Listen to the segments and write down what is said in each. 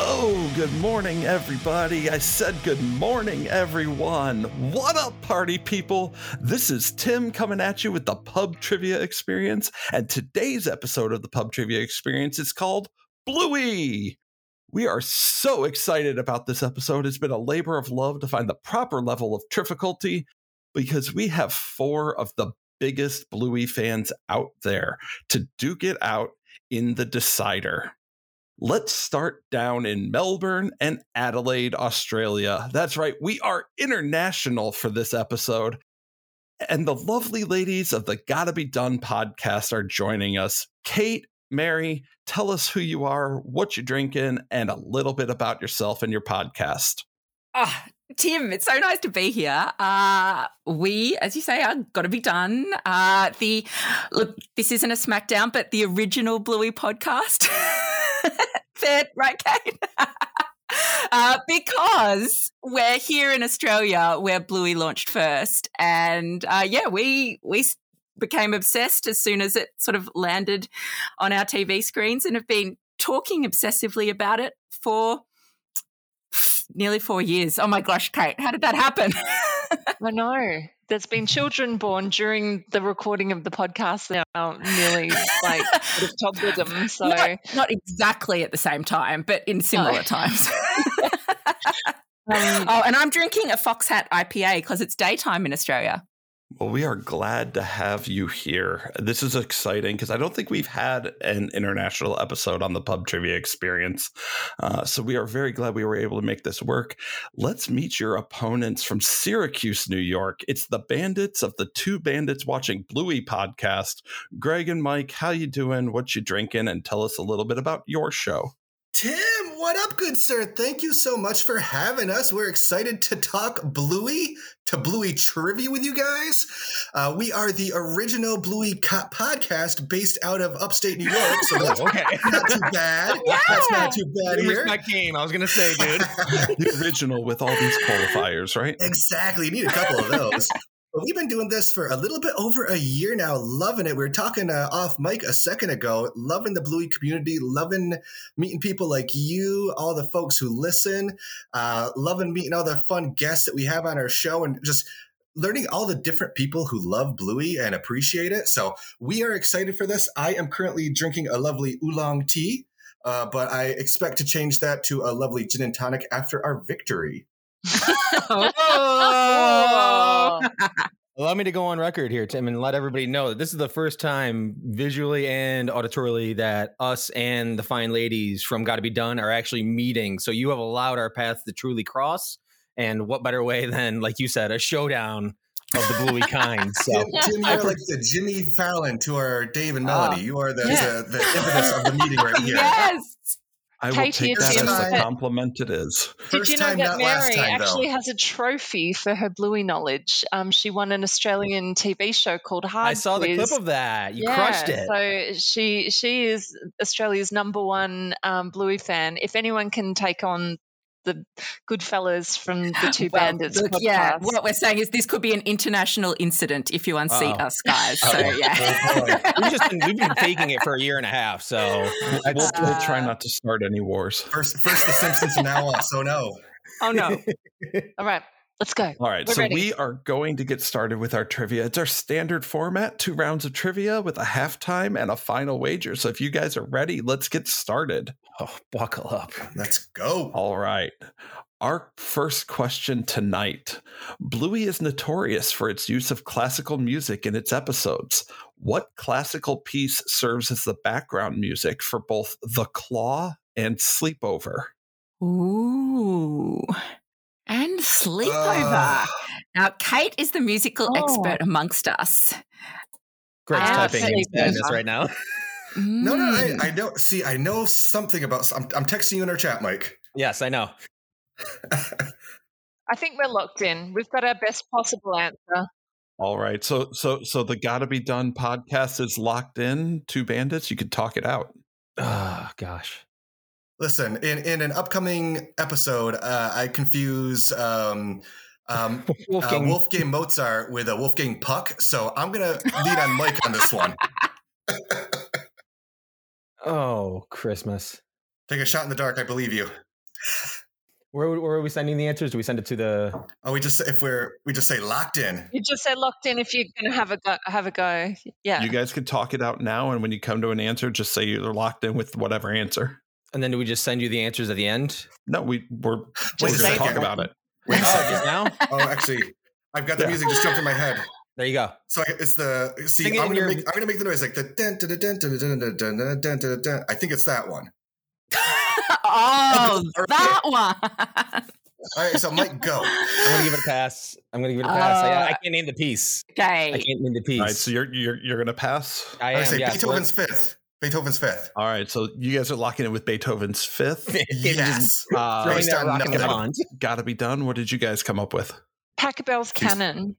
Oh, good morning, everybody. I said good morning, everyone. What up, party people? This is Tim coming at you with the Pub Trivia Experience. And today's episode of the Pub Trivia Experience is called Bluey. We are so excited about this episode. It's been a labor of love to find the proper level of difficulty because we have four of the biggest Bluey fans out there to duke it out in the decider. Let's start down in Melbourne and Adelaide, Australia. That's right, we are international for this episode. And the lovely ladies of the Gotta Be Done podcast are joining us. Kate, Mary, tell us who you are, what you're drinking, and a little bit about yourself and your podcast. Oh, Tim, it's so nice to be here. Uh, we, as you say, are got to be done. Uh, the look, this isn't a smackdown, but the original Bluey podcast. Fair, right, Kate? uh, because we're here in Australia, where Bluey launched first, and uh, yeah, we we s- became obsessed as soon as it sort of landed on our TV screens, and have been talking obsessively about it for nearly four years. Oh my gosh, Kate, how did that happen? I know. There's been children born during the recording of the podcast now, nearly like sort of toddlerdom. So not, not exactly at the same time, but in similar No. times. um, oh, and I'm drinking a Fox Hat IPA because it's daytime in Australia. Well, we are glad to have you here. This is exciting because I don't think we've had an international episode on the pub trivia experience. Uh, so we are very glad we were able to make this work. Let's meet your opponents from Syracuse, New York. It's the Bandits of the Two Bandits Watching Bluey podcast. Greg and Mike, how you doing? What you drinking? And tell us a little bit about your show. Tim, what up, good sir? Thank you so much for having us. We're excited to talk Bluey to Bluey trivia with you guys. Uh, we are the original Bluey co- podcast based out of upstate New York, so that's Oh, okay. not too bad. That's not too bad Where's here. my cane? I was gonna say, dude. the original with all these qualifiers, right? Exactly. You need a couple of those. But we've been doing this for a little bit over a year now, loving it. We were talking uh, off mic a second ago, loving the Bluey community, loving meeting people like you, all the folks who listen, uh, loving meeting all the fun guests that we have on our show, and just learning all the different people who love Bluey and appreciate it. So we are excited for this. I am currently drinking a lovely oolong tea, uh, but I expect to change that to a lovely gin and tonic after our victory. oh. Allow me to go on record here, Tim, and let everybody know that this is the first time visually and auditorily that us and the fine ladies from Gotta Be Done are actually meeting. So you have allowed our paths to truly cross. And what better way than, like you said, a showdown of the bluey kind. So Tim, Tim, you I are like the Jimmy Fallon to our Dave and Melody. you are the, yeah. the, the impetus of the meeting right here. Oh, Yes. I will Katie, take it's that Jim's as a favorite. compliment it is. Did First you know time, that not last Mary time, though. actually has a trophy for her bluey knowledge? Um, she won an Australian TV show called Hard I saw the Quiz. clip of that. You Yeah, crushed it. So she she is Australia's number one um, Bluey fan. If anyone can take on the Goodfellas from the Two Well, Bandits look, podcast, yeah, what we're saying is this could be an international incident if you unseat Oh. Uh-oh. us, guys. So Uh-oh. yeah. We've just been, we've been faking it for a year and a half. So We'll, we'll- we'll try not to start any wars. First, first the Simpsons from now on. So no, oh no. all right, let's go. All right, We're so ready. we are going to get started with our trivia. It's our standard format, two rounds of trivia with a halftime and a final wager. So if you guys are ready, let's get started. oh, buckle up. let's go. All right. Our first question tonight. Bluey is notorious for its use of classical music in its episodes. What classical piece serves as the background music for both The Claw and Sleepover? Ooh. And sleepover. Uh, now, Kate is the musical Oh. expert amongst us. Greg's Ah, typing in sleepover. sadness right now. No, no, Mm. I, I know. See, I know something about. I'm, I'm texting you in our chat, Mike. Yes, I know. I think we're locked in. We've got our best possible answer. All right. So so so the Gotta Be Done podcast is locked in. Two bandits. You could talk it out. Oh gosh. Listen, in, in an upcoming episode, uh, I confuse um, um, Wolfgang. Uh, Wolfgang. Wolfgang Mozart with a Wolfgang Puck. So I'm gonna lead on Mike on this one. oh, Christmas. Oh, Take a shot in the dark. I believe you. Where, where are we sending the answers? Do we send it to the? Oh, we just if we're we just say locked in. You just say locked in if you're going to have a go. Have a go. Yeah. You guys can talk it out now, and when you come to an answer, just say you're locked in with whatever answer. And then do we just send you the answers at the end? No, we we're Wait we're a gonna second. talk about it. Wait a Oh, just second. now. Oh, actually, I've got the Yeah. music just jumped in my head. There you go. So I- it's the Sing see. it I'm in gonna your- make I'm gonna make the noise like the dun, dun, dun, dun, dun, dun, dun, dun, dun, dun, dun, dun. I think it's that one. oh, that one. All right, so Mike, Oh, go. I'm gonna give it a pass. I'm gonna give it a pass. I, I Uh, can't name the piece. I Okay. can't name the piece. All right, so you're you're you're gonna pass. I I, am. say yes. Beethoven's fifth. Beethoven's fifth. All right, so you guys are locking in with Beethoven's fifth. Yes. We're, uh, Based throwing that on rock in the nothing. pond. Gotta be done. What did you guys come up with? Pachelbel's cannon.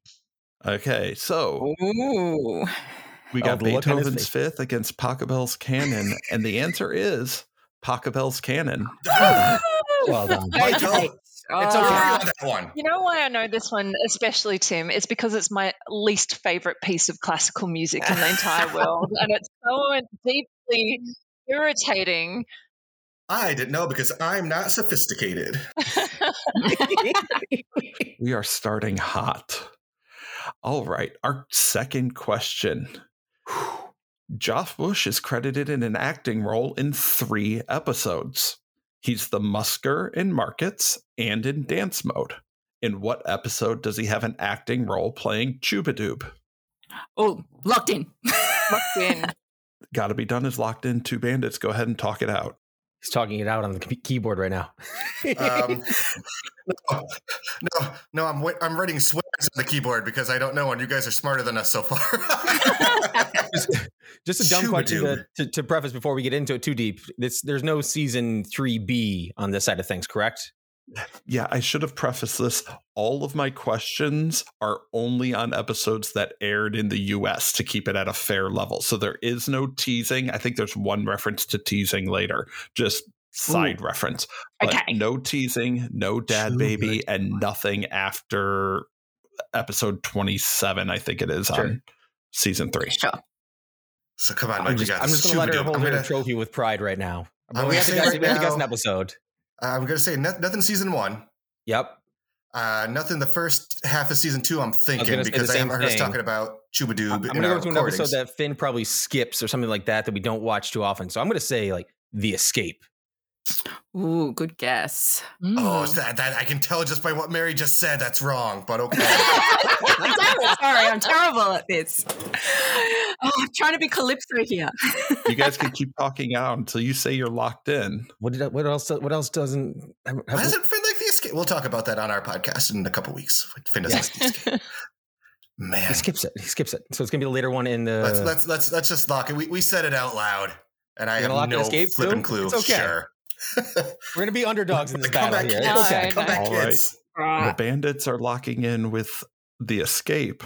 Okay, so Ooh. we got Oh, the look on his Beethoven's fifth against Pachelbel's canon, and the answer is Pachelbel's canon. Well done. Michael, Okay. It's okay Ah. on that one. You know why I know this one especially, Tim? It's because it's my least favorite piece of classical music in the entire world, and it's so deeply irritating. I didn't know because I'm not sophisticated. We are starting hot. All right, our second question. Whew. Joff Bush is credited in an acting role in three episodes. He's the Musker in Markets and in Dance Mode. In what episode does he have an acting role playing Chubadoob? Oh, locked in. Locked in. Gotta be done is locked in two bandits. Go ahead and talk it out. He's talking it out on the key- keyboard right now. Um, no, no, no, I'm wi- I'm writing swears on the keyboard because I don't know, and you guys are smarter than us so far. Just a dumb question to, Shoo-ba-doo. to, to preface before we get into it too deep. This there's no season three B on this side of things, correct? Yeah, I should have prefaced this. All of my questions are only on episodes that aired in the US to keep it at a fair level. So there is no teasing. I think there's one reference to teasing later, just side reference. But Okay. no teasing, no dad True, baby, and nothing after episode 27, I think it is Sure. on season three. Sure. so come on, Mike, I'm you just, got I'm just this. gonna let her Shoo-ba-doo. hold I'm her gonna- trophy with pride right now. I'm gonna we have to say guess, right we have to guess now- an episode. I'm gonna say noth- nothing season one. Yep. Uh, nothing the first half of season two. I'm thinking gonna say because the I haven't same heard us thing. talking about Chuba Doob. I'm in gonna our go to an recordings. episode that Finn probably skips or something like that that we don't watch too often. So I'm gonna say like the escape. Ooh, good guess. Hmm. Oh, it's Mm. that, that I can tell just by what Mary just said. That's wrong, but okay. I'm terrible. Sorry, I'm terrible at this. Oh, I'm trying to be Calypso here. You guys can keep talking out until you say you're locked in. What did I, what else what else doesn't have, Why does it Finn like the escape? We'll talk about that on our podcast in a couple weeks. Finn doesn't Yeah. like the escape. Man, he skips it. He skips it. So it's gonna be the later one in the let's let's let's let's just lock it. We, we said it out loud, and I You're have gonna lock in no escape, flipping too? clue. It's okay. Sure. we're gonna be underdogs in this Come battle back, here. kids. It's okay. Come back, All right. kids. the bandits are locking in with the escape.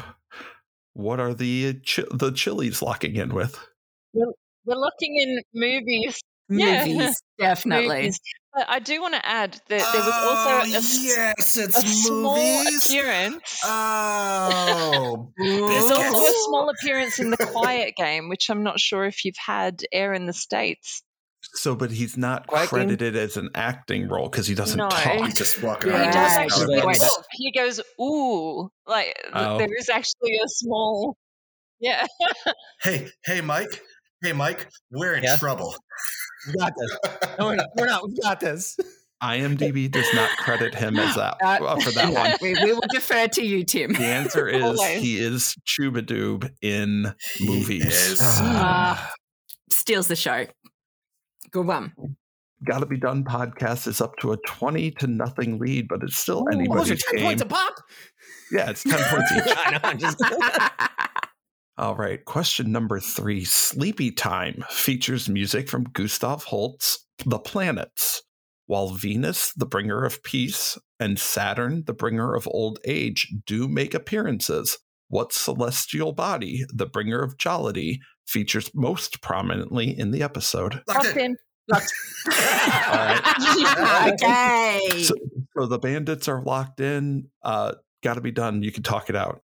What are the chi- the Chili's locking in with? We're looking in movies, Yeah. Movies, definitely. movies. But I do want to add that there was Oh, also a, s- Oh, yes, a it's small appearance. Oh, There's also a Yes. small appearance in the Quiet Game, which I'm not sure if you've had air in the states. So, but he's not Quacking? credited as an acting role because he doesn't No. talk. he's just walking Yeah, around. Right. He does Right. actually Right. talk. He goes, "Ooh!" Like th- Oh. there is actually a small, yeah. Hey, hey, Mike. Hey, Mike. We're in Yeah? trouble. We've got this. No, we're not. We're not. We've got this. IMDb does not credit him as that That- well, for that one. we, we will defer to you, Tim. The answer is Always. he is Chubadoob in He movies. is- Ah. Steals the show. Good one. Gotta be done. Podcast is up to a twenty to nothing lead, but it's still Oh, those are anybody's ten game. points a pop. yeah, it's ten points each. I know, I'm just- All right. Question number three Sleepy Time features music from Gustav Holst's The Planets, while Venus, the bringer of peace, and Saturn, the bringer of old age, do make appearances. What celestial body, the bringer of jollity, features most prominently in the episode? Locked in. okay. So the bandits are locked in. Uh, gotta be done. You can talk it out.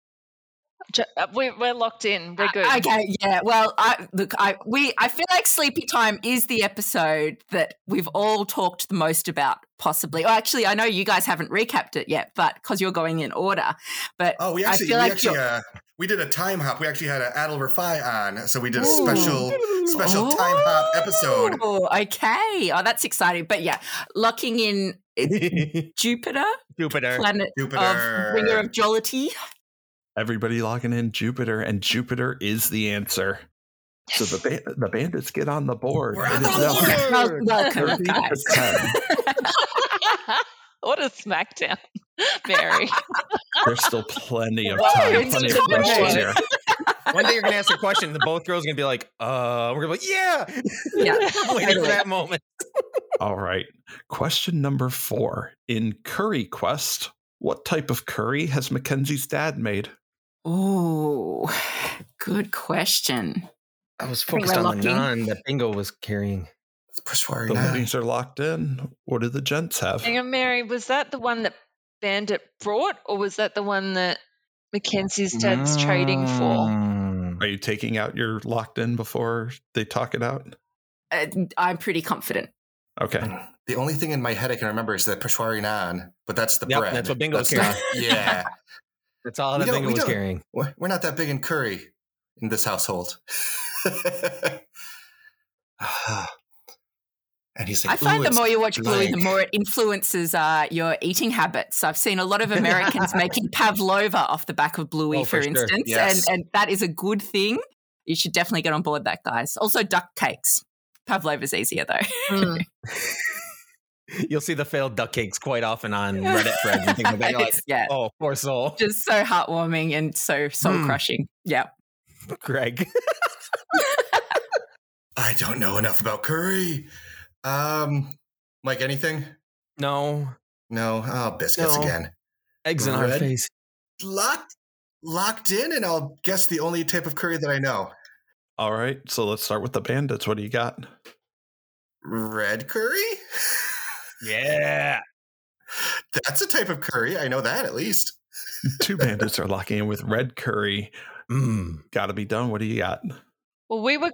J- uh, We, we're locked in. We're good. Okay, yeah. Well, I look, I we I feel like Sleepy Time is the episode that we've all talked the most about, possibly. Or actually, I know you guys haven't recapped it yet, but because you're going in order. But Oh, we I actually, we feel like actually, you're- uh, we did a time hop. We actually had an Adel Rafi on, so we did Ooh. a special, special time hop episode. Oh, okay. Oh, that's exciting. But yeah, locking in Jupiter, Jupiter. planet Jupiter. of bringer of jollity. Everybody logging in Jupiter, and Jupiter is the answer. So the ba- the bandits get on the board. We're on It is the now board! Well, welcome, 30 Oh, to guys. 10. what a smackdown, Mary. There's still plenty of Whoa, time, it's plenty of good. questions here. One day you're gonna ask a question, the both girls are gonna be like, uh, we're gonna be like, yeah. Yeah. I'm waiting for that moment. All right. Question number four. In Curry Quest, what type of curry has Mackenzie's dad made? Oh, good question. I was think focused we're on the lucky. nun that Bingo was carrying. Persuasion. The ladies are locked in. What do the gents have? Hang on, Mary. Was that the one that Bandit brought, or was that the one that Mackenzie's dad's trading Mm. for? Are you taking out your locked in before they talk it out? Uh, I'm pretty confident. Okay. The only thing in my head I can remember is the Peshwari Naan, but that's the Yep, bread. that's what Bingo was not- yeah. That's all We that don't- Bingo we was don't- carrying. We're we're not that big in curry in this household. and he's like, I find "Ooh, the it's more you watch Bluey, blank." the more it influences uh, your eating habits. I've seen a lot of Americans making pavlova off the back of Bluey, Oh, for, for sure. instance, Yes. and, and that is a good thing. You should definitely get on board that, guys. Also, duck cakes. Pavlova's easier though. Hmm. Mm. You'll see the failed duck cakes quite often on Reddit threads and things like that. You're like, It's- yeah, oh, poor soul, just so heartwarming and so soul Mm. crushing. Yeah. Greg. I don't know enough about curry. Um, Mike, anything? No, No. Oh, biscuits No. again. eggs in our Red? face. Locked, locked in, and I'll guess the only type of curry that I know: All right. So let's start with the bandits. What do you got? red curry. Yeah. That's a type of curry. I know that at least. Two bandits are locking in with red curry. Mm. Gotta be done. What do you got? Well, we were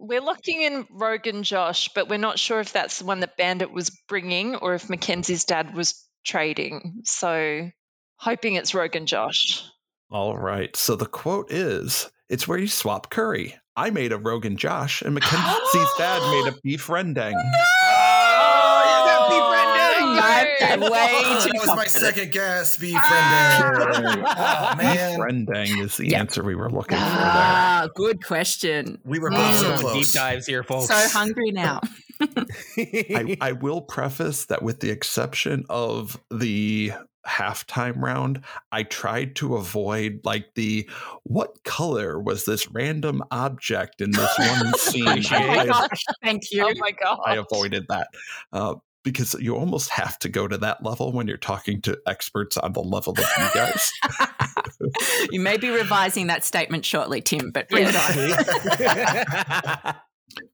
we're locking in Rogan Josh, but we're not sure if that's the one that Bandit was bringing or if Mackenzie's dad was trading. So, hoping it's Rogan Josh. All right. So the quote is it's where you swap curry. I made a Rogan Josh, and Mackenzie's dad made a beef rendang. Oh, Oh, I'm no. way too that was my confident. second guess. Be friending. Ah! oh Beef man, rendang is the Yeah. answer we were looking for there. Ah, good question. we were both Lots so Mm. of close. Deep dives here, folks. So hungry now. I, I will preface that with the exception of the halftime round, I tried to avoid like the what color was this random object in this one scene. Appreciate I- it. Oh my I- gosh! Thank you. Oh my god! I avoided that uh, because you almost have to go to that level when you're talking to experts on the level that you guys. you may be revising that statement shortly, Tim, but bring it on.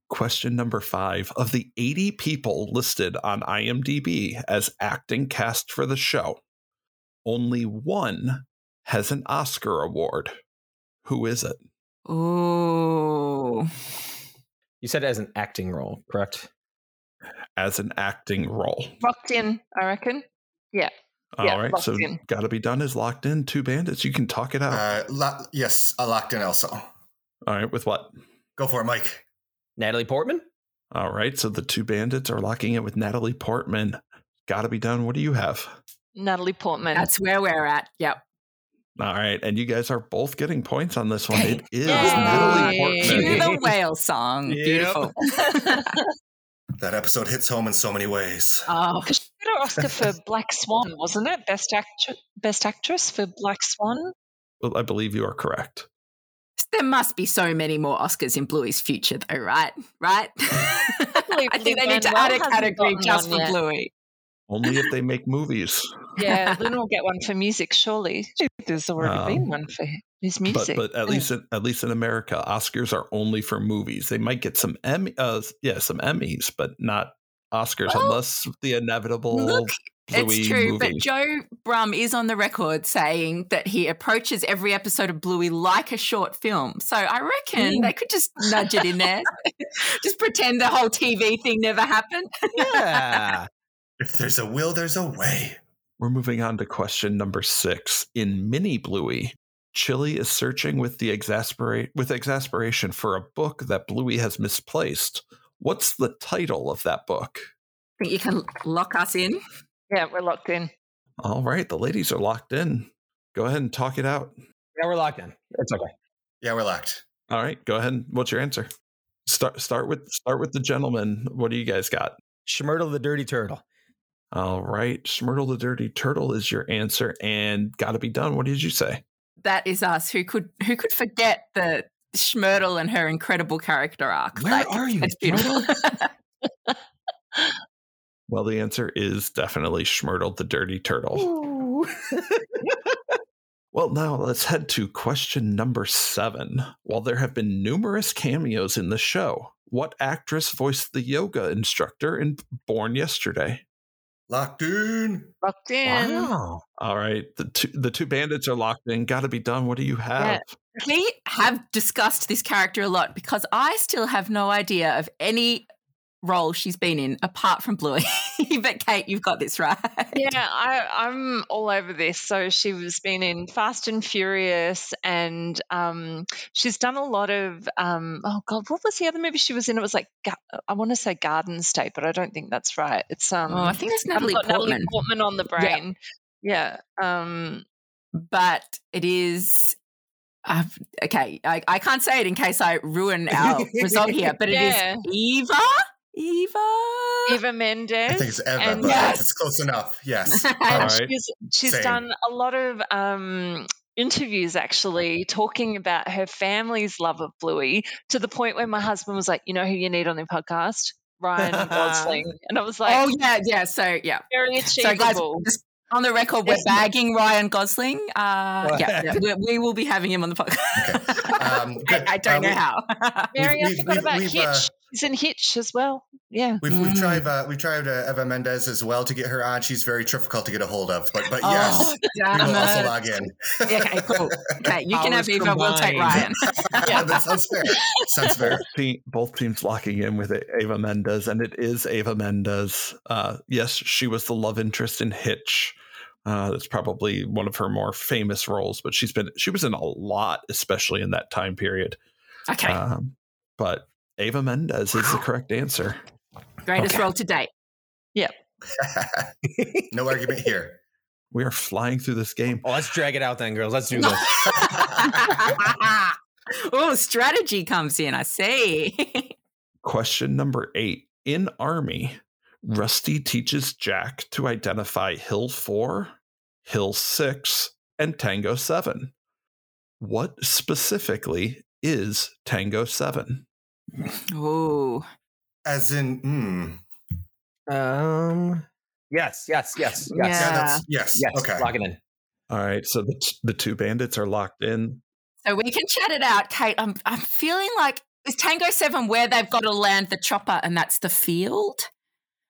Question number five Of the 80 people listed on IMDb as acting cast for the show, only one has an Oscar award. Who is it? Ooh. you said as an acting role, correct? As an acting role. Locked in, I reckon. All Yeah, right, locked So, in. gotta be done is locked in. Two bandits. You can talk it out. Uh, lo- yes, I locked in also. All right. With what? Go for it, Mike. Natalie Portman? All right. So the two bandits are locking in with Natalie Portman. Gotta be done. What do you have? Natalie Portman. That's where we're at. Yep. All right. And you guys are both getting points on this one. Okay. It is Yay. Natalie Cue Portman. the whale song. Yep. Beautiful. That episode hits home in so many ways. oh, Because she got her Oscar for Black Swan, wasn't it? Best actress, best actress for Black Swan. Well, I believe you are correct. there must be so many more Oscars in Bluey's future, though, right? Right? I think they need to add a Lin-Manuel hasn't category gotten just for one yet. Bluey. Only if they make movies. Yeah, Lynn will get one for music, surely. There's already Um, been one for his music. But, but at Yeah. least in, at least in America, Oscars are only for movies. They might get some Emmy, uh, yeah, some Emmys, but not Oscars Well, unless the inevitable Look, Bluey it's true, movie. but Joe Brum is on the record saying that he approaches every episode of Bluey like a short film. So I reckon Mm. they could just nudge it in there. just pretend the whole TV thing never happened. Yeah. If there's a will, there's a way. We're moving on to question number six. In Mini Bluey, Chili is searching with the exasperate with exasperation for a book that Bluey has misplaced. What's the title of that book? I think you can lock us in. Yeah, we're locked in. All right, the ladies are locked in. Go ahead and talk it out. yeah, we're locked in. It's okay. Yeah, we're locked. All right, go ahead. and- What's your answer? Start start with start with the gentleman. What do you guys got? Shmurtle the Dirty Turtle. All right, Smurtle the Dirty Turtle is your answer, and gotta be done. What did you say? That is us. Who could who could forget the Schmurtle and her incredible character arc? Where are you, It's beautiful. Well, the answer is definitely Smurtle the Dirty Turtle. Ooh. Well, now let's head to question number seven. While there have been numerous cameos in the show, what actress voiced the yoga instructor in Born Yesterday? Locked in. Locked in. All right, the two, the two bandits are locked in. Got to be done. What do you have? we have discussed this character a lot because I still have no idea of any role she's been in apart from Bluey. but Kate, you've got this right. Yeah, I, I'm all over this. So she was been in Fast and Furious, and um, she's done a lot of um, oh god, what was the other movie she was in? It was like Ga- I want to say Garden State, but I don't think that's right. It's um, Oh, I think it's I've Natalie got Portman. Natalie Portman on the brain. Yeah. Um, But it is. I've, okay, I, I can't say it in case I ruin our result here, but Yeah. it is Eva. Eva. Eva Mendes. I think it's Eva, and- but Yes. it's close enough. Yes. Um, And All right. she's, she's Same. done a lot of um, interviews actually talking about her family's love of Bluey to the point where my husband was like, You know who you need on your podcast? Ryan Gosling. And I was like, oh yeah, yeah. So yeah. Very So guys, achievable. just on the record, we're Yes. bagging Ryan Gosling. Uh, yeah, yeah, we, we will be having him on the podcast. Okay. Um, good. I, I Uh, don't know we- how. Mary, I we've- forgot we've- about we've, Hitch. uh, He's in Hitch as well. Yeah. We've, we've Mm. tried uh, we've tried uh, Eva Mendez as well to get her on. She's very difficult to get a hold of, but but yes, Oh, damn we will also it. log in. Okay, cool. Okay, you can Powers have Eva. We'll take Ryan. combined. that sounds fair. Sounds fair. Both, te- both teams locking in with Ava Mendez, and it is Ava Mendez. Uh, yes, she was the love interest in Hitch. Uh, that's probably one of her more famous roles, but she's been she was in a lot, especially in that time period. Okay, Um, but Ava Mendez is the correct answer. greatest okay. role to date. no argument here. We are flying through this game. Oh, let's drag it out then, girls. Let's do No. this. oh, strategy comes in. I see. Question number eight. In Army, Rusty teaches Jack to identify Hill 4, Hill 6, and Tango 7. What specifically is Tango 7? oh, As in, mm, Um. Yes. Yes. Yes. Yes. yeah, Yeah. that's yes. Yes. Okay. Lock it in. All right, so the, t- the two bandits are locked in. so we can chat it out, Kate. I'm I'm feeling like is Tango Seven where they've got to land the chopper, and that's the field.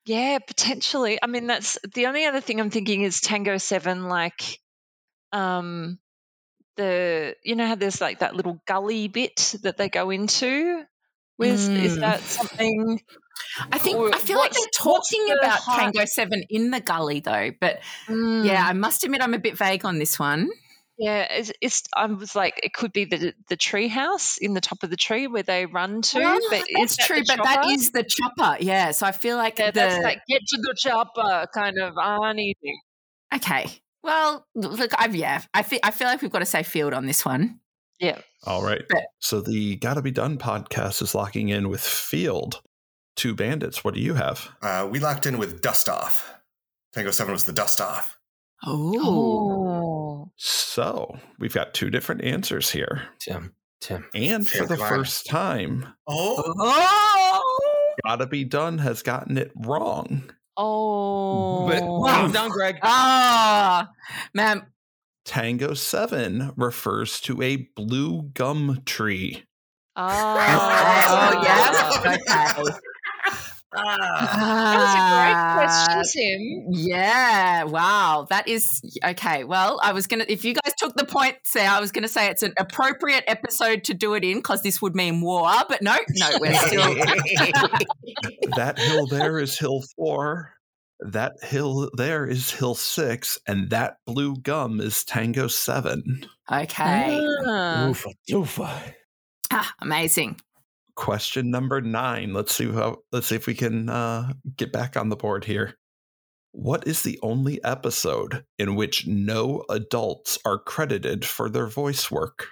Yeah, potentially. I mean, that's the only other thing I'm thinking is Tango Seven, like, um, the you know how there's like that little gully bit that they go into. Where's is Mm. that something? I think Or I feel like what's- they're what's talking the about high- Hmm. Tango Seven in the gully, though. But yeah, I must admit I'm a bit vague on this one. Mm, yeah. It's, it's I was like, it could be the the tree house in the top of the tree where they run to. Well, but Ah, is Oh, that's that true, the but that chopper? is the chopper. Yeah, so I feel like yeah, the that's like get to the chopper kind of Arnie thing. okay. Well, look, I've yeah, I feel I feel like we've got to say field on this one. All right, Bet. so the Gotta Be Done podcast is locking in with Field. Two bandits, what do you have? Uh, we locked in with dust off. Tango Seven was the dust off. Oh, Oh, So we've got two different answers here. Tim. Tim. And for Tim, the come on. first time, Oh, oh, Gotta Be Done has gotten it wrong. oh, But Wow. thumbs down, Greg. ah, ma'am. Tango 7 refers to a blue gum tree. Oh, Oh, Oh, yeah. Okay. Ah, That was a Ah. great question, Tim. Yeah. Wow. That is okay. Well, I was gonna if you guys took the points there, I was gonna say it's an appropriate episode to do it in because this would mean war, but no, no, we're still that hill there is hill four. That hill there is hill six, and that blue gum is tango seven. Uh, Okay. Ah. Oofa, doofa. Ah, amazing. Question number nine. Let's see how. Let's see if we can uh, get back on the board here. What is the only episode in which no adults are credited for their voice work?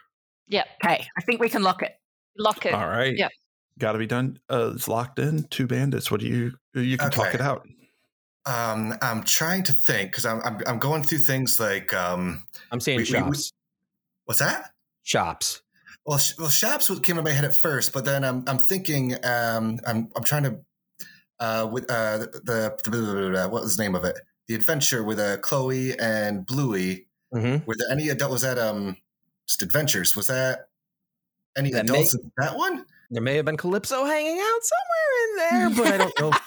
Okay. I think we can lock it. Lock it. All right. Yeah. Got to be done. Uh, it's locked in. Two bandits. What do you? uh, You can talk Okay. it out. Um, I'm trying to think because I'm, I'm I'm going through things like um, I'm saying We- we- we- shops. what's that? shops. Well, sh- well, Shaps was- came in my head at first, but then I'm I'm thinking um, I'm I'm trying to uh, with uh, the, the, what was the name of it? The adventure with uh, Chloe and Bluey. Mm-hmm. Were there any adult? Was that um just adventures? Was that any That adults in that one? There may have been Calypso hanging out somewhere in there, but I don't know. for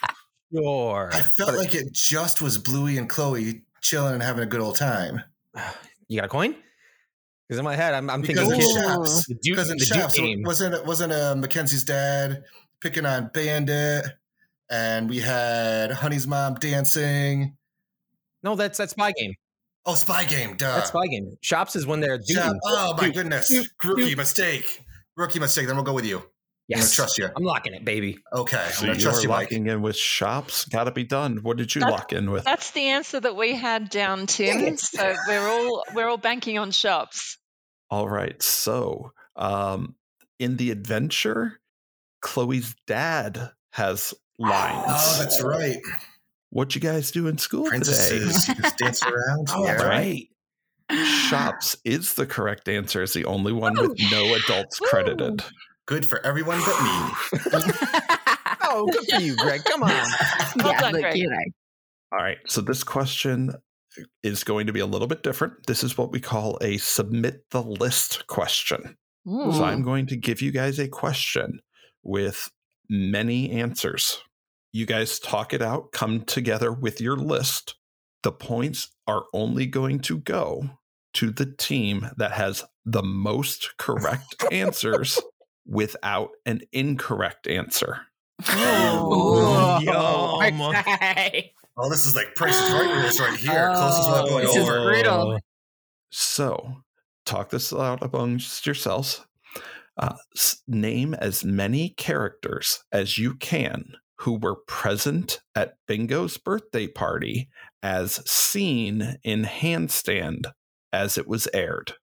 Sure. I felt But- like it just was Bluey and Chloe chilling and having a good old time. you got a coin? Because in my head, I'm, I'm Because in thinking Ooh. Duke- Shaps, the Duke, because in the Duke Shaps game. wasn't it- wasn't uh, Mackenzie's dad picking on Bandit, and we had Honey's mom dancing. no, that's that's spy game. Oh, spy game. Duh. That's spy game. Shops is when they're dude. Yeah. Oh my Dude. goodness. Dude. Rookie Dude. mistake. Rookie mistake. Then we'll go with you. I'm gonna Yes, trust you. I'm locking it, baby. So Okay. I'm gonna you're trust you, Mike. locking in with shops. Got to be done. What did you That's- lock in with? That's the answer that we had down, Dang Tim. it. So we're all we're all banking on shops. All right. So, um, in the adventure, Chloe's dad has lines. Oh, that's right. what you guys do in school today? Princesses. You just dance around. Oh, yeah. that's right. Shops is the correct answer. Is the only one with Woo. no adults Woo. credited. Good for everyone but me. Oh, good for you, Greg. Come on. Well yeah, done, look, Greg. you know. All right. So this question is going to be a little bit different. This is what we call a submit the list question. So I'm going to give you guys a question with many answers. You guys talk it out, come together with your list. The points are only going to go to the team that has the most correct answers without an incorrect answer. Ooh. Yum. Okay. Oh, this is like Price is Right rules right here. Oh, Closest one going This is over. brutal. So, talk this out amongst yourselves. Uh, s- name as many characters as you can who were present at Bingo's birthday party as seen in Handstand as it was aired.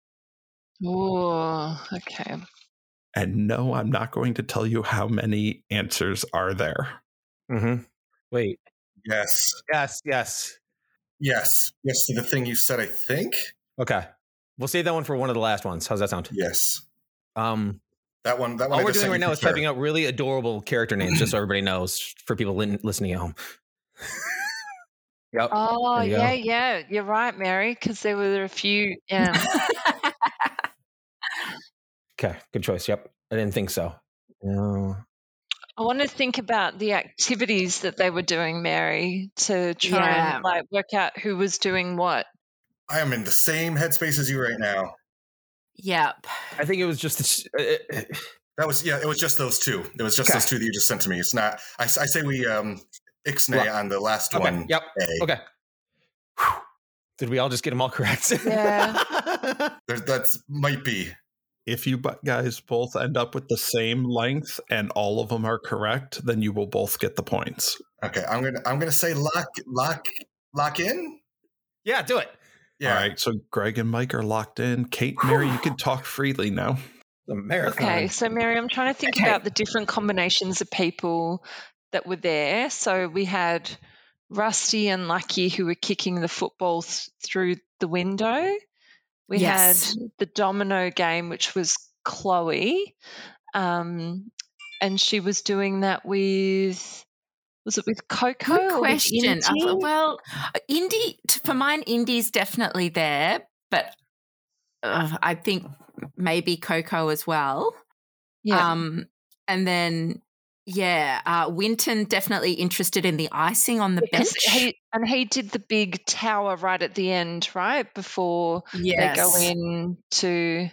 Ooh, okay. And no, I'm not going to tell you how many answers are there. Mhm. Wait. Yes. Yes. Yes. Yes. Yes to the thing you said, I think. Okay. We'll save that one for one of the last ones. How's that sound? Yes. Um, That one. That one. all I we're just doing sent right you now for is sure. typing out really adorable character names, just so everybody knows for people lin- listening at home. Yep. Oh There you go. yeah, yeah. You're right, Mary, because there were a few um, yeah. Okay. Good choice. Yep. I didn't think so. No. I want to think about the activities that they were doing, Mary, to try Yeah. and like work out who was doing what. I am in the same headspace as you right now. Yep. I think it was just. Uh, That was yeah. It was just those two. It was just Okay. those two that you just sent to me. It's not. I, I say we um ixnay Right. on the last okay. one. Yep. A. Okay. Whew. Did we all just get them all correct? Yeah. There, that might be. If you bu- guys both end up with the same length and all of them are correct, then you will both get the points. Okay, I'm gonna I'm gonna say lock lock lock in. yeah. Do it. Yeah, All right. So Greg and Mike are locked in. Kate, Mary, you can talk freely now. The marathon. Okay, so Mary, I'm trying to think Okay. about the different combinations of people that were there. So we had Rusty and Lucky who were kicking the football th- through the window. We Yes. had the domino game, which was Chloe, um, and she was doing that with. Was it with Coco? Good or Oh, with question. I Inti? thought, well, indie t- for mine, indie's definitely there, but uh, I think maybe Coco as well. yeah. Um, and then Yeah, uh, Winton definitely interested in the icing on the Because bench. he and he did the big tower right at the end, right before yes. they go in to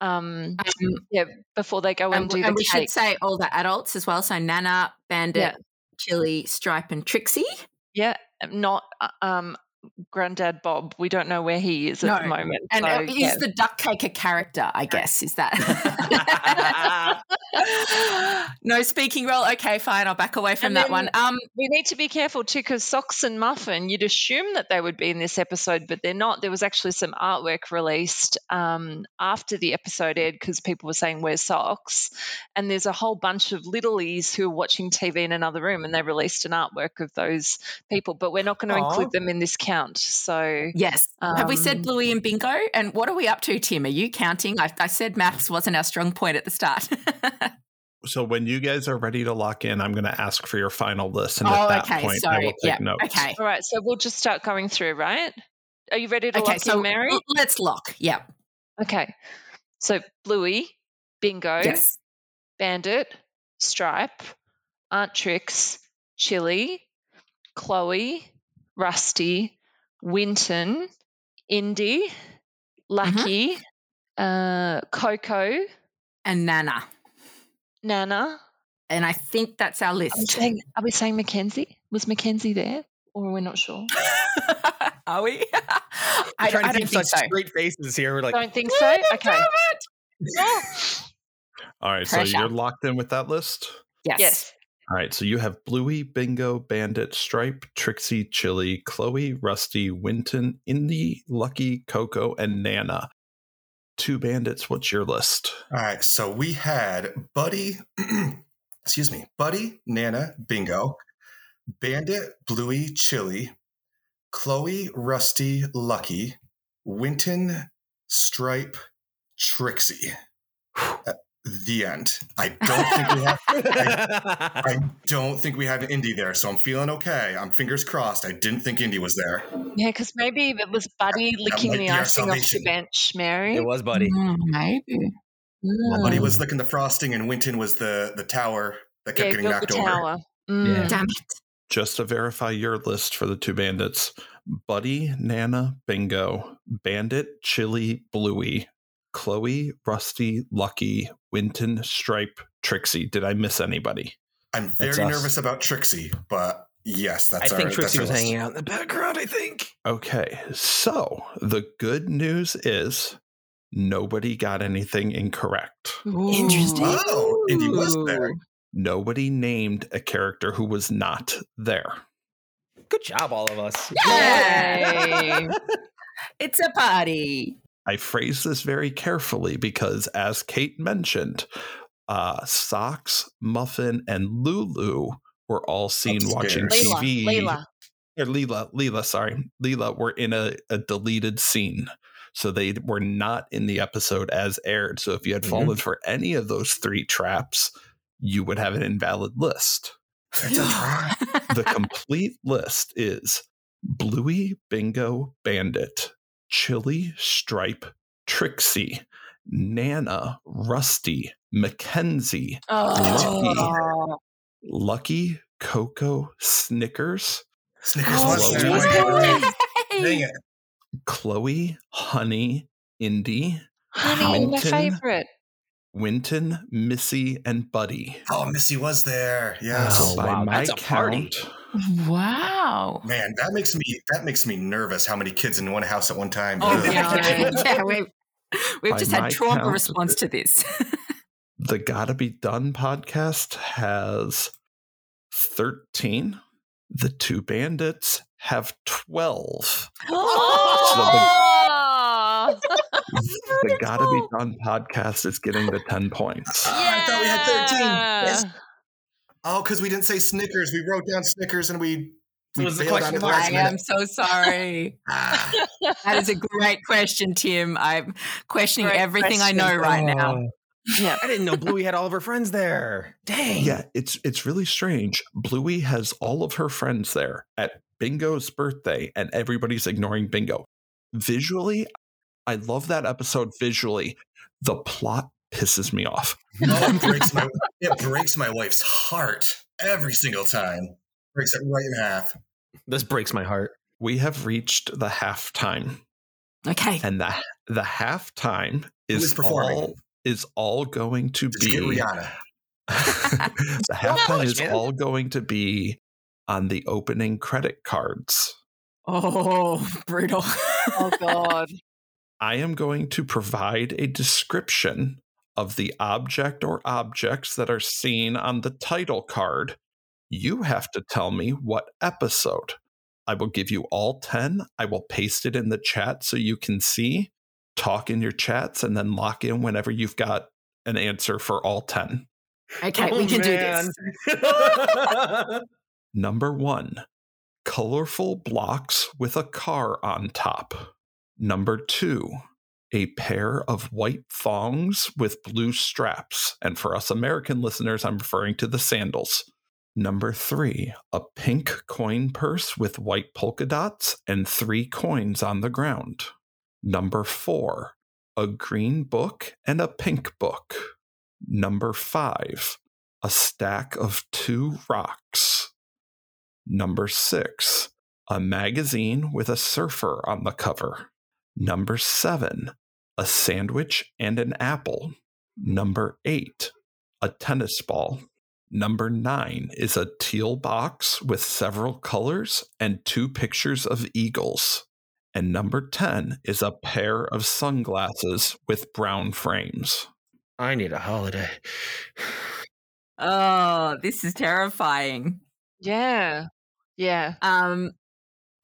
um Um, yeah before they go and, and, do and the we cake. should say all the adults as well. So Nana, Bandit, Yeah. Chili, Stripe, and Trixie. yeah, not uh, um Granddad Bob. We don't know where he is at the No. moment. And so, uh, is yeah. the duck cake a character? I guess is that. no speaking role. Okay, fine. I'll back away from And that then- one. Um, we need to be careful too because socks and muffin you'd assume that they would be in this episode but they're not there was actually some artwork released um, after the episode aired because people were saying where's socks and there's a whole bunch of littlies who are watching tv in another room and they released an artwork of those people but we're not going to Aw. Oh. include them in this count so yes. Have we um, said Bluey and Bingo? And what are we up to, Tim? Are you counting? I, I said maths wasn't our strong point at the start. So when you guys are ready to lock in, I'm going to ask for your final list, and oh, at that okay. point, I Sorry. will take yeah. notes. Okay. all right so we'll just start going through right are you ready to Okay. lock so in mary l- let's lock. Yeah. okay so bluey bingo Yes. Bandit, Stripe, Aunt Trix, Chili, Chloe, Rusty, Winton, Indy, Mm-hmm. Lucky, uh, Coco, And Nana. Nana. And I think that's our Are we, list. saying, are we saying Mackenzie? Was Mackenzie there? Or we're not sure. Are we? I'm I, trying I to don't keep think such so. straight faces here. We're like, Don't think so. Okay. All right. Pressure. So you're locked in with that list. Yes. Yes. All right. So you have Bluey, Bingo, Bandit, Stripe, Trixie, Chili, Chloe, Rusty, Winton, Indy, Lucky, Coco, and Nana. Two bandits. What's your list? All right, so we had Buddy, excuse me, Buddy, Nana, Bingo, Bandit, Bluey, Chili, Chloe, Rusty, Lucky, Winton, Stripe, Trixie. Uh, the end. I don't think we have. I don't think we have Indy there, so I'm feeling okay. I'm fingers crossed. I didn't think Indy was there. Yeah, because maybe it was Buddy licking might the be our icing off the salvation. bench, Mary. it was Buddy. Mm, maybe. Well, Buddy Mm. was licking the frosting, and Winton was the the tower that kept Hmm. yeah, getting built the knocked over. tower. Mm. Yeah. Damn it. Just to verify your list for the two bandits Buddy, Nana, Bingo, Bandit, Chili, Bluey, Chloe, Rusty, Lucky, Winton, Stripe, Trixie. Did I miss anybody? I'm very That's us. nervous about Trixie, but yes, I that's our, think that's Trixie was our list. hanging out in the background. I think. Okay, so the good news is nobody got anything incorrect. Interesting. Wow, Indy was there. Nobody named a character who was not there. Good job, all of us. Yay! it's a party. I phrase this very carefully because, as Kate mentioned, uh, Socks, Muffin, and Lulu were all seen watching Upstairs. Leela, TV. Leela. Or Leela, Leela, sorry. Leela were in a, a deleted scene. So they were not in the episode as aired. So if you had Mhm. fallen for any of those three traps, you would have an invalid list. That's a try. The complete list is Bluey, Bingo, Bandit, Chili, Stripe, Trixie, Nana, Rusty, Mackenzie, Oh, Lucky, Coco, Snickers, Snickers Oh, was there. Snickers. Wait, wait, wait. Dang Yay! it. Chloe, Honey, Indy, honey, my Winton. favorite. Winton, Missy, and Buddy. Oh, Missy was there. Yes. Oh, so by wow, my that's a party. count, Wow. Man, that makes me that makes me nervous. How many kids in one house at one time? Oh, Ugh. no. yeah, we've, we've By just my had trauma count- response to this. the Gotta Be Done podcast has 13. The two bandits have 12. Oh, the Gotta Be Done podcast is getting the 10 points. I thought we had 13. Yeah. Yes. Oh, because we didn't say Snickers. We wrote down Snickers and we It we was the failed on question it mark. last I minute. am so sorry. Ah, That is a great question, Tim. I'm questioning Great everything I know question. right now. Oh. Yeah. I didn't know Bluey had all of her friends there. Dang. Yeah, it's it's really strange. Bluey has all of her friends there at Bingo's birthday and everybody's ignoring Bingo. Visually, I love that episode visually. The plot pisses me off. Oh, it breaks my it breaks my wife's heart every single time. Breaks it right in half. This breaks my heart. We have reached the halftime, Oh. Okay. and the the halftime Who is, is performing? all is all going to Just get be Rihanna. the halftime much, is man. all going to be on the opening credit cards. Oh, brutal. Oh God. I am going to provide a description of the object or objects that are seen on the title card. You have to tell me what episode. I will give you all 10. I will paste it in the chat so you can see, talk in your chats, and then lock in whenever you've got an answer for all 10. Okay, oh, we can do this. do this. Number one, colorful blocks with a car on top. Number two, a pair of white thongs with blue straps. And for us American listeners, I'm referring to the sandals. Number three, a pink coin purse with white polka dots and three coins on the ground. Number four, a green book and a pink book. Number five, a stack of two rocks. Number six, a magazine with a surfer on the cover. Number seven, a sandwich and an apple. Number eight, a tennis ball. Number nine is a teal box with several colors and two pictures of eagles. And number 10 is a pair of sunglasses with brown frames. I need a holiday. Oh, this is terrifying. Yeah. Yeah. Um,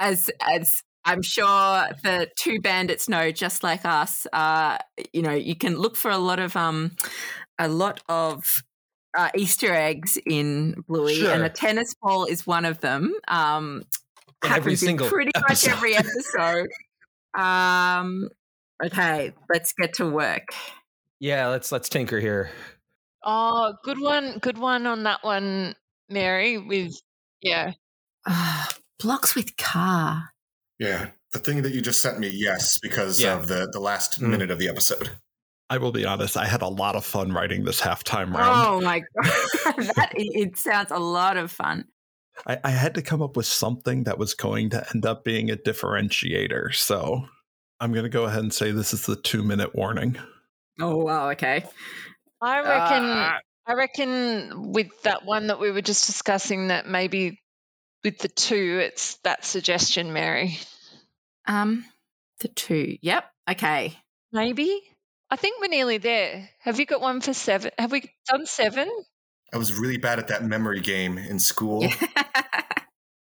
as as I'm sure the two bandits know, just like us, uh, you know, you can look for a lot of um, a lot of uh, Easter eggs in Bluey, and Sure. a tennis ball is one of them. Um, In every happens in single pretty episode. much every episode. um, okay, let's get to work. Yeah, let's let's tinker here. Oh, good one. Good one on that one, Mary. With yeah. Ah, blocks with car. Yeah. The thing that you just sent me, yes, because Yeah. of the, the last Mm. minute of the episode. I will be honest, I had a lot of fun writing this halftime round. Oh my god, that it, it sounds a lot of fun. I, I had to come up with something that was going to end up being a differentiator. So I'm going to go ahead and say this is the two minute warning. Oh wow, okay. I reckon. Ah. I reckon with that one that we were just discussing, that maybe with the two, it's that suggestion, Mary. Um, the two. Yep. Okay. Maybe. I think we're nearly there. Have you got one for seven? Have we done seven? I was really bad at that memory game in school.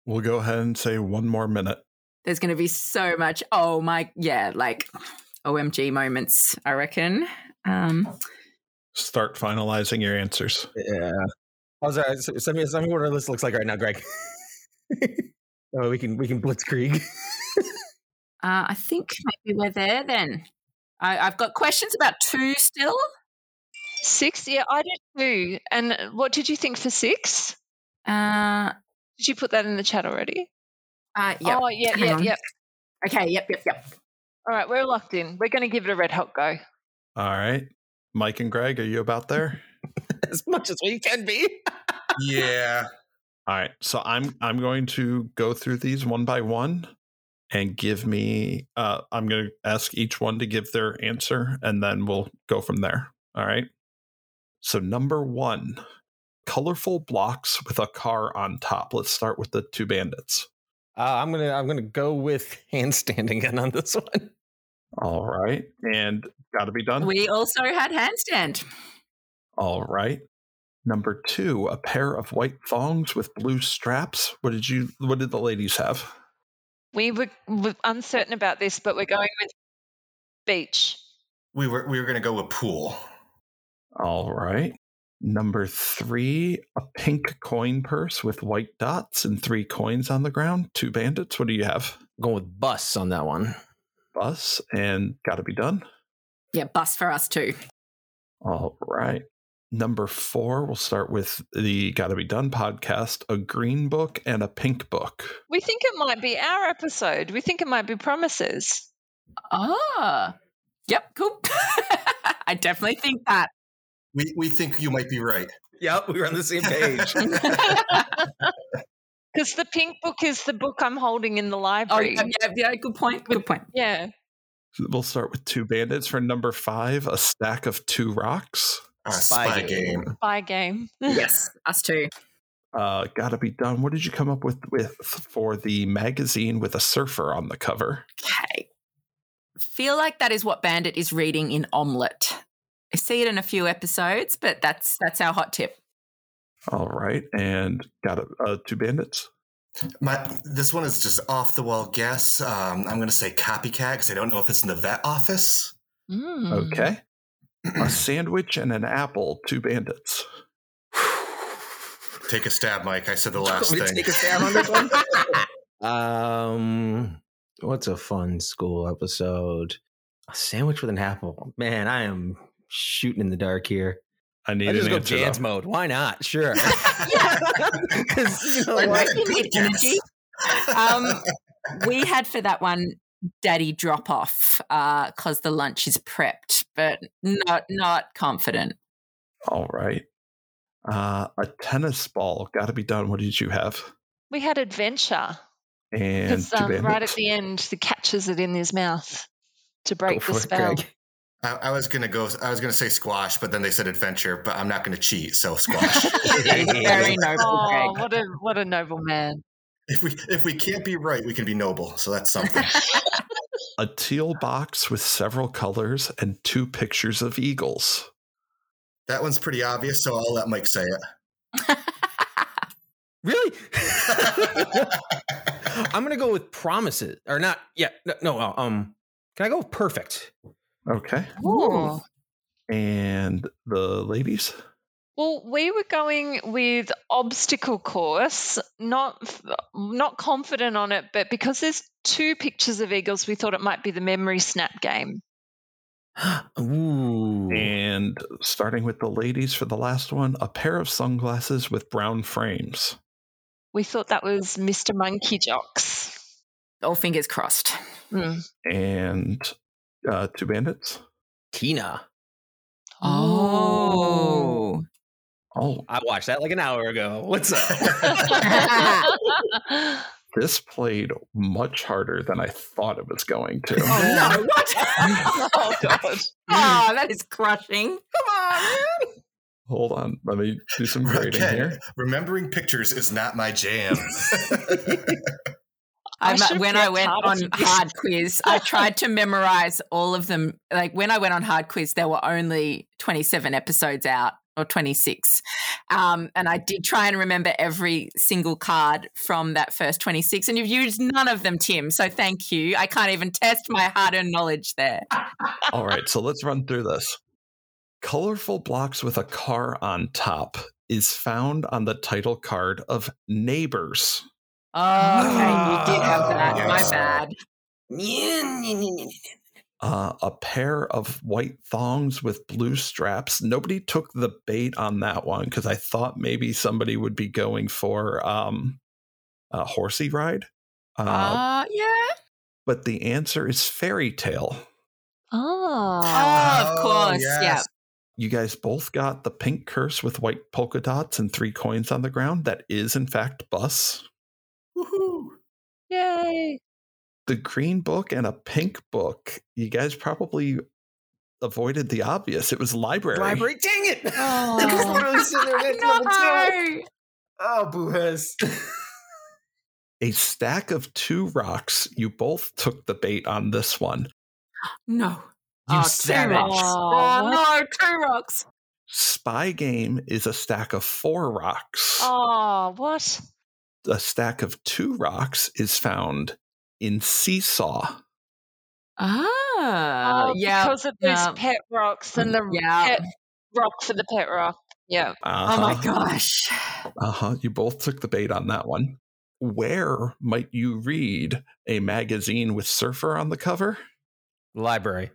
We'll go ahead and say one more minute. There's going to be so much. Oh my, yeah, like OMG moments. I reckon. Um, Start finalizing your answers. Yeah. How's that? S- Send me, send me what our list looks like right now, Greg. oh, we can we can blitzkrieg. uh, I think maybe we're there then. I, I've got questions about two still. Six? Yeah, I did too. And what did you think for six? Uh, Did you put that in the chat already? uh, yeah. Oh, yeah, Hang yeah, on. yeah. Okay. Yep. Yep. Yep. All right, we're locked in. We're going to give it a red hot go. All right. Mike and Greg, are you about there? as much as we can be. yeah. All right. So I'm I'm going to go through these one by one and give me uh I'm going to ask each one to give their answer and then we'll go from there. All right. So number 1, colorful blocks with a car on top. Let's start with the two bandits. Uh, I'm gonna I'm gonna go with handstanding again on this one. All right. And got to be done. We also had handstand. All right. Number 2, a pair of white thongs with blue straps. What did you what did the ladies have? We were, were uncertain about this, but we're going with beach. We were we were gonna go with pool. All right. Number three, a pink coin purse with white dots and three coins on the ground. Two bandits. What do you have? Going with bus on that one. Bus and gotta be done. Yeah, bus for us too. All right. Number four, we'll start with the Gotta Be Done podcast a green book and a pink book. We think it might be our episode. We think it might be promises. Ah. Yep. Cool. I definitely think that. We, we think you might be right. Yep, we were on the same page. Because the pink book is the book I'm holding in the Oh, library. yeah, yeah, yeah, good point. Good point. yeah. We'll start with two bandits for number five, a stack of two rocks. Uh, Spy spy game. game. Spy game. Yes, us too. Uh, gotta be done. What did you come up with with for the magazine with a surfer on the cover? Okay. Feel like that is what Bandit is reading in Omelette. I see it in a few episodes, but that's that's our hot tip. All right, and got a, uh, two bandits. My this one is just off the wall guess. Um, I'm gonna say copycat because I don't know if it's in the vet office. Hmm. Mm. Okay, a sandwich and an apple. Two bandits. Take a stab, Mike. I said the last Want me to thing. Take a stab on this one. um, what's a fun school episode? A sandwich with an apple. Man, I am shooting in the dark here. I need I just an go answer. Jan's though. mode. Why not? Sure. Because you know I what? read it. You need Good energy. Um, we had for that one daddy drop off because the lunch is prepped, but not not confident. All right, uh, a tennis ball. Got to be done. What did you have? We had adventure. And Because two um, right at bandits. the end, the catches it in his mouth to break for the it, spell. Greg. I, I was gonna go. I was gonna say squash, but then they said adventure. But I'm not gonna cheat, so squash. Very noble, Oh, Greg. what a what a noble man! if we if we can't be right, we can be noble. So that's something. a teal box with several colors and two pictures of eagles. That one's pretty obvious, so I'll let Mike say it. Really? I'm gonna go with promises or not? Yeah, no, no. Um, can I go with perfect? Okay, Ooh. and the ladies. Well, we were going with obstacle course, not not confident on it, but because there's two pictures of eagles, we thought it might be the memory snap game. Ooh. And starting with the ladies for the last one, a pair of sunglasses with brown frames. We thought that was Mr. Monkey Jocks. All fingers crossed. Mm. And uh, two bandits. Tina. Oh. Oh, I watched that like an hour ago. What's up? this played much harder than I thought it was going to. Oh, no. What? oh God! oh, that is crushing. Come on. Hold on, let me do some grading Again, here. remembering pictures is not my jam. I I'm- should when be I a went part on of this. hard quiz, I tried to memorize all of them. Like when I went on hard quiz, there were only 27 episodes out or 26. Um, and I did try and remember every single card from that first 26. And you've used none of them, Tim. So thank you. I can't even test my hard earned knowledge there. All right, so let's run through this. Colorful blocks with a car on top is found on the title card of Neighbors. Oh, okay. You did have that. My Yes. bad. uh, a pair of white thongs with blue straps. Nobody took the bait on that one because I thought maybe somebody would be going for um, a horsey ride. Uh, Uh, yeah. but the answer is fairy tale. Oh, Oh, of Oh, course. Yeah. yes. You guys both got the pink curse with white polka dots and three coins on the ground. That is, in fact, bus. Woohoo! yay! The green book and a pink book. You guys probably avoided the obvious. It was library. Library. Dang it! Oh. It was literally sitting there next to number two. No. Oh, boo hiss. a stack of two rocks. You both took the bait on this one. No. You Oh, two savage. rocks. Oh, no, two rocks. Spy game is a stack of four rocks. Oh, what? A stack of two rocks is found in seesaw. Ah, Oh, Uh, yeah. because of those yeah. pet rocks and the Yeah. pet rock for the pet rock. Yeah. Oh my Uh-huh. gosh. Uh huh. You both took the bait on that one. Where might you read a magazine with surfer on the cover? Library.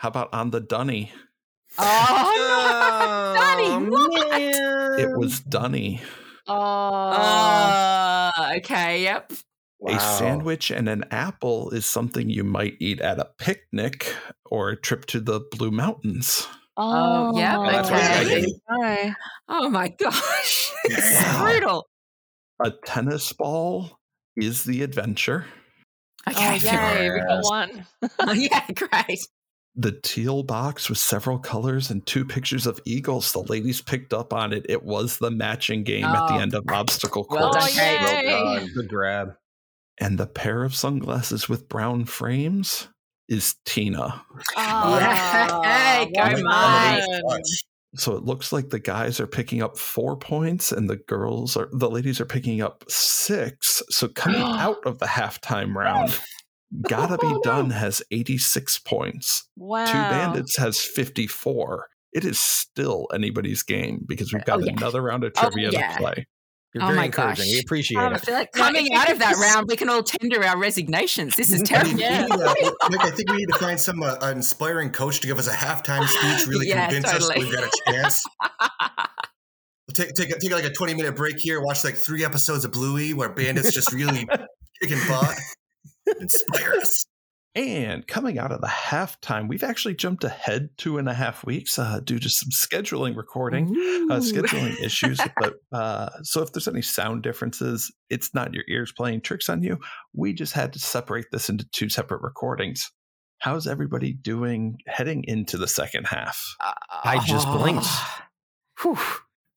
How about on the dunny? Oh, Donnie, what? man. It Um, was dunny. no. Oh, Uh, okay, yep. A Wow. sandwich and an apple is something you might eat at a picnic or a trip to the Blue Mountains. Oh, yeah, Oh, that's okay. what you No. Oh my gosh. It's Wow. brutal. A tennis ball is the adventure. Okay. oh, yay, we got one. Oh, yeah, great. The teal box with several colors and two pictures of eagles. The ladies picked up on it. It was the matching game at the Oh. end of obstacle course. Well Oh, done, Kate. Well yay. done. Good grab. And the pair of sunglasses with brown frames is Tina. Ah, Yay, go well Mike. done. So it looks like the guys are picking up four points and the girls are the ladies are picking up six. So coming out of the halftime round, Gotta Be Oh, no. Done has 86 points. Wow. Two Bandits has 54. It is still anybody's game because we've got Oh, yeah. another round of Oh, trivia yeah. to play. You're Oh very my encouraging. gosh. We appreciate Um, I it. feel like No, coming if out you of that just- round, we can all tender our resignations. This is I think terrible. we Yeah. need, uh, Nick, I think we need to find some uh, inspiring coach to give us a halftime speech, really Yeah, convince us that totally. we've got a chance. We'll take take a, take like a twenty minute break here. Watch like three episodes of Bluey where bandits just really kicking butt. Inspire us. And coming out of the halftime, we've actually jumped ahead two and a half weeks uh, due to some scheduling recording. uh, Ooh. scheduling issues. But uh, so if there's any sound differences, it's not your ears playing tricks on you. We just had to separate this into two separate recordings. How's everybody doing heading into the second half? I just blinked. Ah. Whew.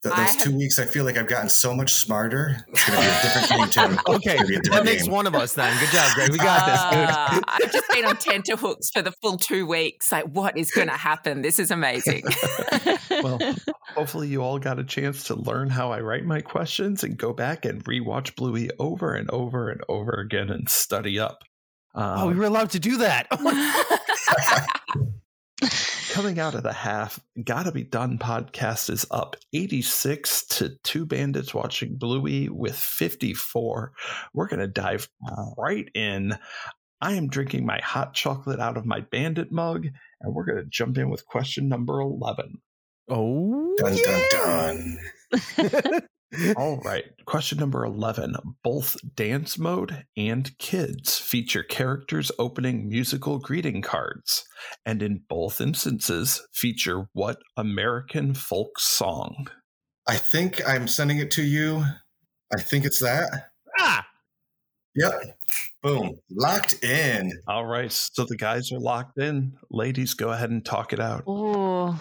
Th- I those have- two weeks, I feel like I've gotten so much smarter. It's going to be a different game, too. Oh, Okay, It's gonna be a that different makes game. one of us then. Good job, Greg. We got this, dude. Ah, I've just been on tenterhooks for the full two weeks. Like, what is going to happen? This is amazing. Well, hopefully you all got a chance to learn how I write my questions and go back and rewatch Bluey over and over and over again and study up. Oh, we Um, were allowed to do that. Oh my- coming out of the half, Gotta Be Done podcast is up 86 to Two Bandits Watching Bluey with 54. We're going to dive right in. I am drinking my hot chocolate out of my bandit mug, and we're going to jump in with question number 11. Oh, Dun, dun, yeah. dun. All right. Question number 11. Both dance mode and kids feature characters opening musical greeting cards, and in both instances, feature what American folk song? I think I'm sending it to you. I think it's that. Ah, Yep. Boom. Locked in. All right. So the guys are locked in. Ladies, go ahead and talk it out. Ooh.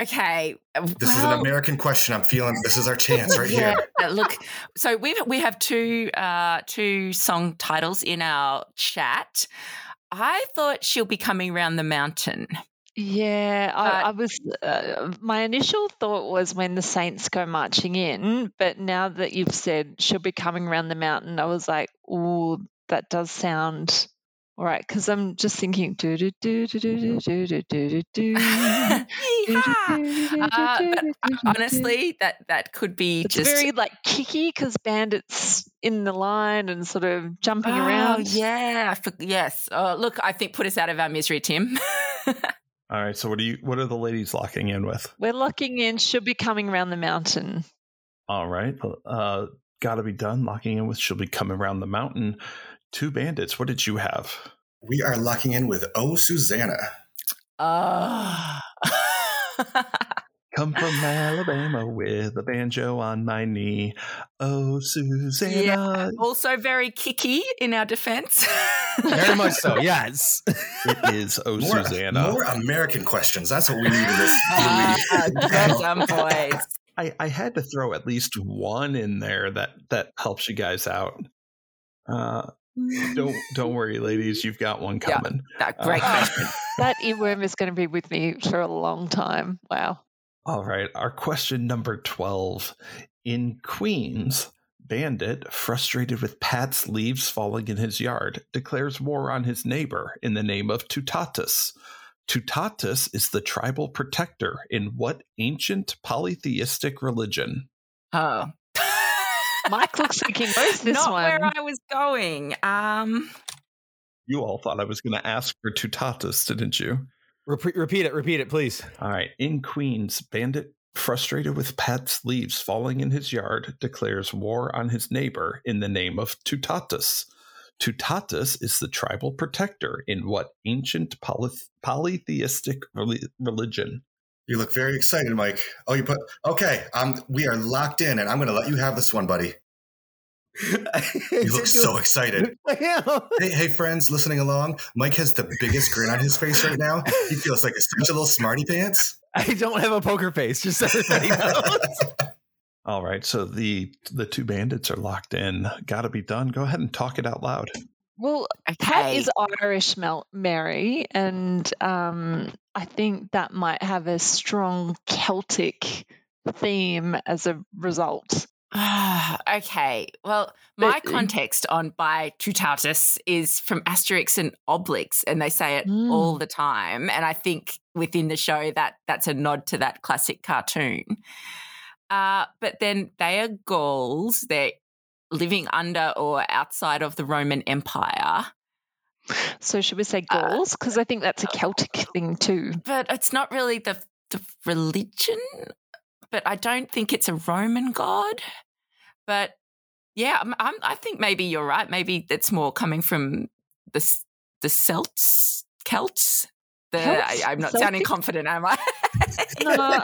okay. This is an well, American question. I'm feeling this is our chance right yeah, here. uh, look, so we we have two uh, two song titles in our chat. I thought she'll be coming round the mountain. Yeah, I, But- I was. Uh, my initial thought was when the Saints go marching in, but now that you've said she'll be coming round the mountain, I was like, "Ooh, that does sound all right." Because I'm just thinking, do do do do do do do do do do. Yeehaw. Uh, but Honestly, that that could be it's just very like kicky because bandits in the line and sort of jumping Oh, around. Yeah, I for- yes. Uh, look, I think put us out of our misery, Tim. All right. So what do you what are the ladies locking in with? We're locking in. She'll be coming round the mountain. All right. Uh gotta be done. Locking in with she'll be coming around the mountain. Two bandits. What did you have? We are locking in with Oh Susanna. oh. Come from Alabama with a banjo on my knee. Oh, Susanna. also very kicky in our defense. very much so. Yes. It is Oh, More, Susanna. more American questions. That's what we need in this. Ah, well Wow. done, boys. I, I had to throw at least one in there that, that helps you guys out. Uh, don't don't worry, ladies. You've got one Yeah. coming. That great Uh, question. That earworm is going to be with me for a long time. Wow. All right. Our question number 12. In Queens, Bandit, frustrated with Pat's leaves falling in his yard, declares war on his neighbor in the name of Tutatis. Tutatis is the tribal protector in what ancient polytheistic religion? Oh. Mike looks thinking, where's this Not one? where I was going. Um, You all thought I was going to ask for Tutatis, didn't you? Repeat, repeat it. Repeat it, please. All right. In Queens, Bandit, frustrated with Pat's leaves falling in his yard, declares war on his neighbor in the name of Tutatis. Tutatis is the tribal protector in what ancient polyth- polytheistic reli- religion? You look very excited, Mike. Oh, you put okay. Um, we are locked in, and I'm going to let you have this one, buddy. You look so excited. I am. Hey, hey, friends, listening along. Mike has the biggest grin on his face right now. He feels like such a little smarty pants. I don't have a poker face, just so everybody knows. All right, so the the two bandits are locked in. Got to be done. Go ahead and talk it out loud. Well, Cat is Irish, Mel- Mary, and um, I think that might have a strong Celtic theme as a result. Ah, okay. Well, my But- context on by Trutatus is from Asterix and Obelix, and they say it Mm. all the time. And I think within the show that that's a nod to that classic cartoon. Uh, but then they are Gauls. They're living under or outside of the Roman Empire. So should we say Uh, Gauls? Because I think that's a Celtic thing too. But it's not really the the religion. But I don't think it's a Roman god. But yeah, I'm, I'm, I think maybe you're right. Maybe it's more coming from the S- the Celts, Celts. The, Celts? I, I'm not sounding Celtic? confident, am I? No,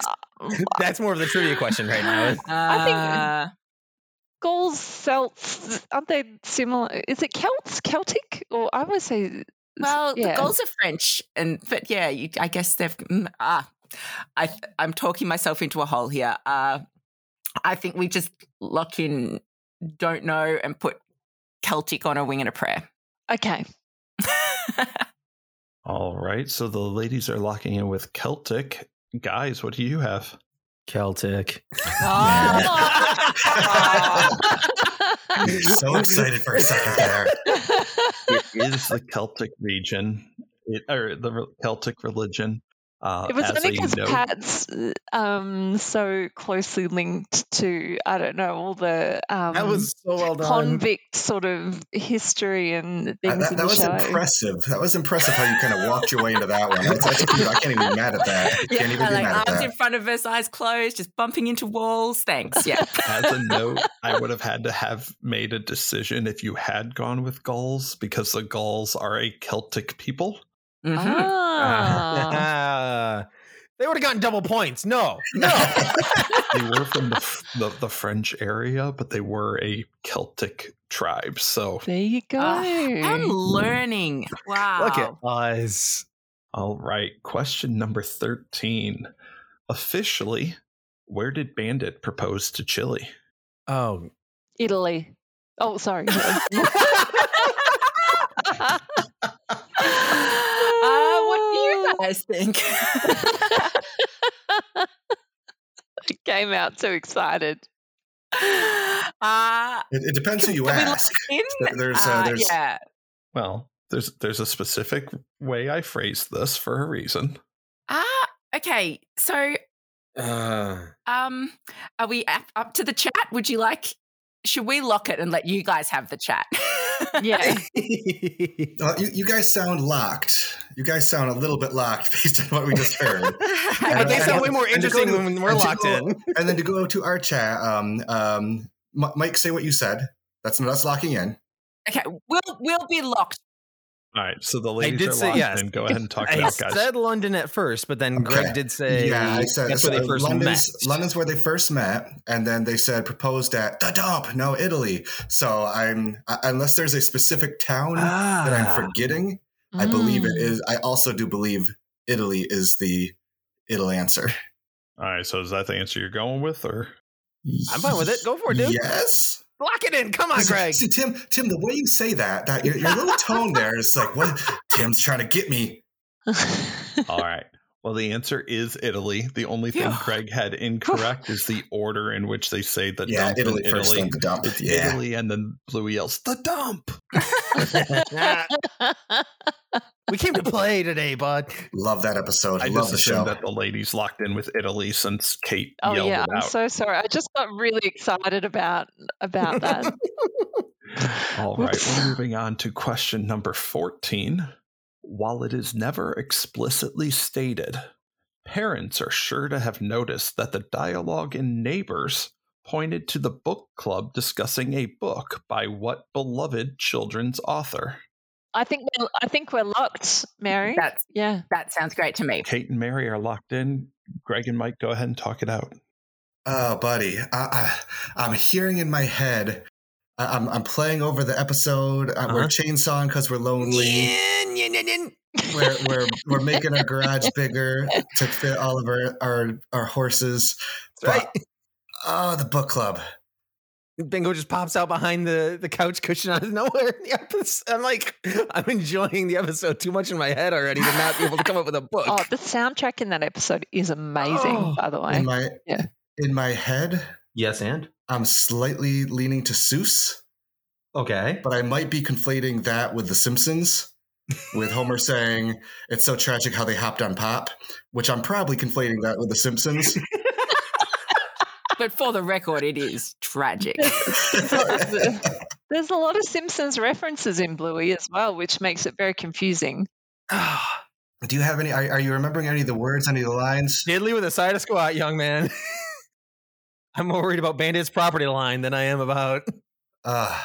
That's more of the trivia question right now. Uh, Gauls, Celts, aren't they similar? Is it Celts, Celtic, or I always say Well, yeah. the Gauls are French, and but yeah, you, I guess they've. Mm, ah, I th- I'm talking myself into a hole here. Uh, I think we just lock in, don't know, and put Celtic on a wing and a prayer. Okay, All right, so the ladies are locking in with Celtic. Guys, what do you have? Celtic. Oh. You're so excited for a second there. It is the Celtic region, it, or the re- Celtic religion. Uh, It was as only a because note. Pat's uh, um, so closely linked to I don't know all the um, That was so well done. convict sort of history and That, things that- in that the was show. impressive. That was impressive how you kind of walked your way into that one. That's, that's I can't even be mad at that. I can't even Yeah, be like mad at arms that. in front of us, eyes closed, just bumping into walls. Thanks. Yeah. as a note, I would have had to have made a decision if you had gone with Gauls because the Gauls are a Celtic people. Mhm. Ah. Ah. they would have gotten double points. No, no. They were from the, f- the, the French area, but they were a Celtic tribe. So, there you go. Ah, I'm learning. Wow. Look at us. all right, question number 13. Officially, where did Bandit propose to Chili? Oh, Italy. Oh, sorry. uh, what do you guys think? I came out too excited. uh, It, it depends who you Can we lock ask. in? There- There's, uh, Uh, there's, yeah. Well, there's there's a specific way I phrased this for a reason. Ah, okay. So, uh, um, are we up, up to the chat? Would you like? Should we lock it and let you guys have the chat? Yeah. Uh, you, you guys sound locked. You guys sound a little bit locked based on what we just heard. I think and- so. and- Way more and to go interesting to- when we're and to locked go- in. and then to go to our chat, um, um, M- Mike, say what you said. That's not us locking in. okay, we'll we'll be locked. All right, so the ladies did are say locked yes. in. Go ahead and talk it I out, guys. said London at first, but then Okay. Greg did say yeah, I said that's so where they first London's, met. London's where they first met, and then they said proposed at the dump. No, Italy. So I'm I, unless there's a specific town that I'm Ah. forgetting, I believe it is. I also do believe Italy is the Italy answer. All right, so is that the answer you're going with, or I'm fine with it. Go for it, dude. Yes. Lock it in. Come on, See- Greg. See, Tim, Tim, the way you say that, that your, your little tone there is like, what? Tim's trying to get me. Mm. All right. Well, the answer is Italy. The only thing Yeah. Craig had incorrect is the order in which they say the yeah, dump in Italy, Italy. first, then the dump. It's Yeah. Italy, and then Louis yells, "The dump!" Mm. we came to play today, bud. Love that episode. I Love just the show. assumed that the ladies locked in with Italy since Kate Oh yelled yeah, it I'm out. so sorry. I just got really excited about about that. All right, Whoops. we're moving on to question number 14. While it is never explicitly stated, parents are sure to have noticed that the dialogue in Neighbors pointed to the book club discussing a book by what beloved children's author? I think we're, I think we're locked, Mary. That's- yeah. That sounds great to me. Kate and Mary are locked in. Greg and Mike, go ahead and talk it out. Oh, buddy, I, I, I'm hearing in my head. I, I'm, I'm playing over the episode. Uh, We're Uh-huh. chainsawing because we're lonely. Yin, yin, yin, yin. we're, we're we're making our garage bigger to fit all of our our, our horses. That's right. But- oh, the book club. Bingo just pops out behind the, the couch cushion out of nowhere. In the episode. I'm like, I'm enjoying the episode too much in my head already to not be able to come up with a book. Oh, the soundtrack in that episode is amazing, Oh, by the way. In my Yeah. in my head, yes, and I'm slightly leaning to Seuss, okay. but I might be conflating that with The Simpsons, with Homer saying it's so tragic how they hopped on pop, which I'm probably conflating that with The Simpsons. But for the record, it is tragic. There's a lot of Simpsons references in Bluey as well, which makes it very confusing. Do you have any? Are, are you remembering any of the words, any of the lines? Diddley with a side of squat, young man. I'm more worried about Bandit's property line than I am about. Uh,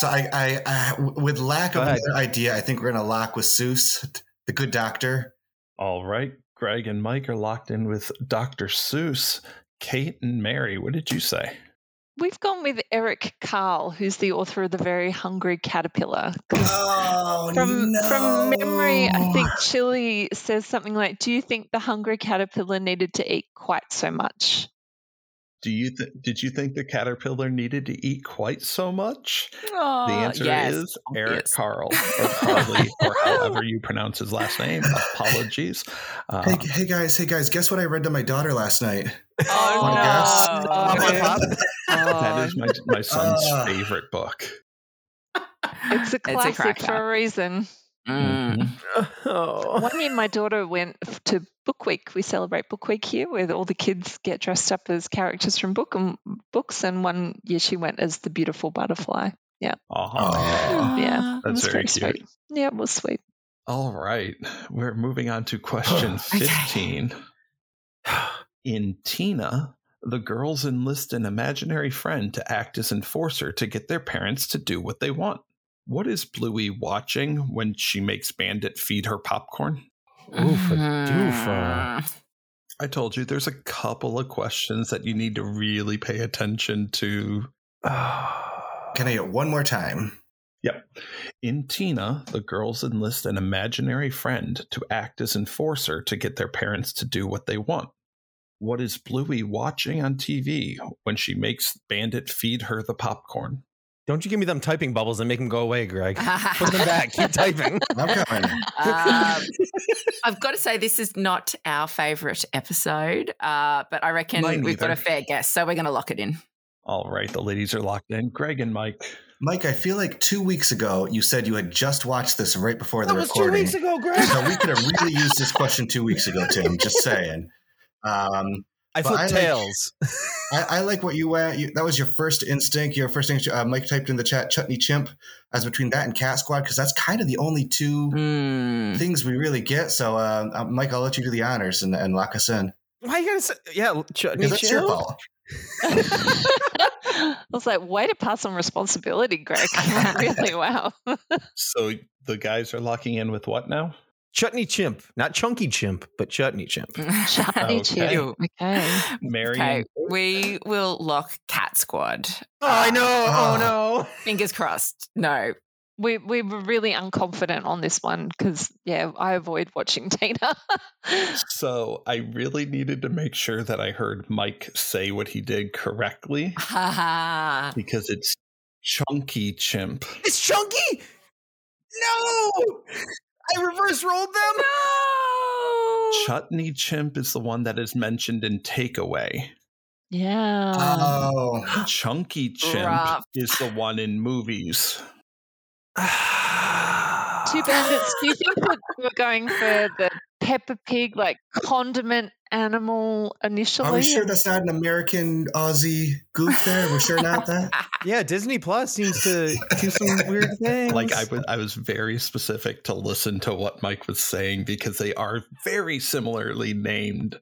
so I, I, I, with lack Go of ahead. another idea, I think we're gonna lock with Seuss, the good doctor. All right. Greg and Mike are locked in with Dr. Seuss. Kate and Mary, what did you say? We've gone with Eric Carl, who's the author of The Very Hungry Caterpillar. 'cause Oh From, from memory, I think Chili says something like, Do you think the hungry caterpillar needed to eat quite so much? Do you th- did you think the caterpillar needed to eat quite so much? Oh, The answer yes, is Eric obvious. Carl, or Carly, or however you pronounce his last name. Apologies. Hey, Um, hey guys, hey guys! Guess what I read to my daughter last night? Oh, no. Oh, my pop. that is my, my son's Uh. favorite book. Um, It's a classic cracker. for a reason. Mm. Mm-hmm. Oh. One year, my daughter went f- to Book Week. We celebrate Book Week here, where all the kids get dressed up as characters from book and books. And one year, she went as the beautiful butterfly. Uh-huh. Oh, Yeah. It That's was very cute. sweet. Yeah, it was sweet. All right. We're moving on to question Okay. 15. In Tina, the girls enlist an imaginary friend to act as enforcer to get their parents to do what they want. What is Bluey watching when she makes Bandit feed her popcorn? Oofa doofa. Mm. I told you there's a couple of questions that you need to really pay attention to. can I get one more time? In Tina, the girls enlist an imaginary friend to act as enforcer to get their parents to do what they want. What is Bluey watching on TV when she makes Bandit feed her the popcorn? Don't you give me them typing bubbles and make them go away, Greg. Put them back. Keep typing. I'm coming. Um, I've got to say, this is not our favourite episode, uh, but I reckon Mine we've got a neither. fair guess, so we're going to lock it in. All right, the ladies are locked in. Greg and Mike. Mike, I feel like two weeks ago you said you had just watched this right before the That was two recording. weeks ago, Greg. so we could have really used this question two weeks ago, Tim. Just saying. Um, I But flip I like- tails. I, I like what you went. You, that was your first instinct. Your first instinct. Uh, Mike typed in the chat "chutney chimp" as between that and Cat Squad because that's kind of the only two Mm. things we really get. So, uh, uh, Mike, I'll let you do the honors and, and lock us in. Why you gotta say? Yeah, chutney Because that's your chill. ball. I was like, way to pass on responsibility, Greg. really, wow. So the guys are locking in with what now? Chutney chimp, not chunky chimp, but chutney chimp. Shiny Okay. chip. Okay. Mary. Okay, and- we will lock Cat Squad. Oh, I know. Ah. Oh Fingers crossed. No. We we were really unconfident on this one because yeah, I avoid watching Tina. So I really needed to make sure that I heard Mike say what he did correctly Ha ha. because it's chunky chimp. no, it's chunky. No, I reverse rolled them. No. Chutney chimp is the one that is mentioned in Takeaway. yeah. Uh, Oh, Chunky Chimp Rough. is the one in movies. Two bandits. Do you think that we were going for the Peppa Pig like condiment animal initially? are we sure that's not an American Aussie goof? There, we're sure not that. Yeah, Disney Plus seems to do some weird things. Like I was, I was very specific to listen to what Mike was saying because they are very similarly named,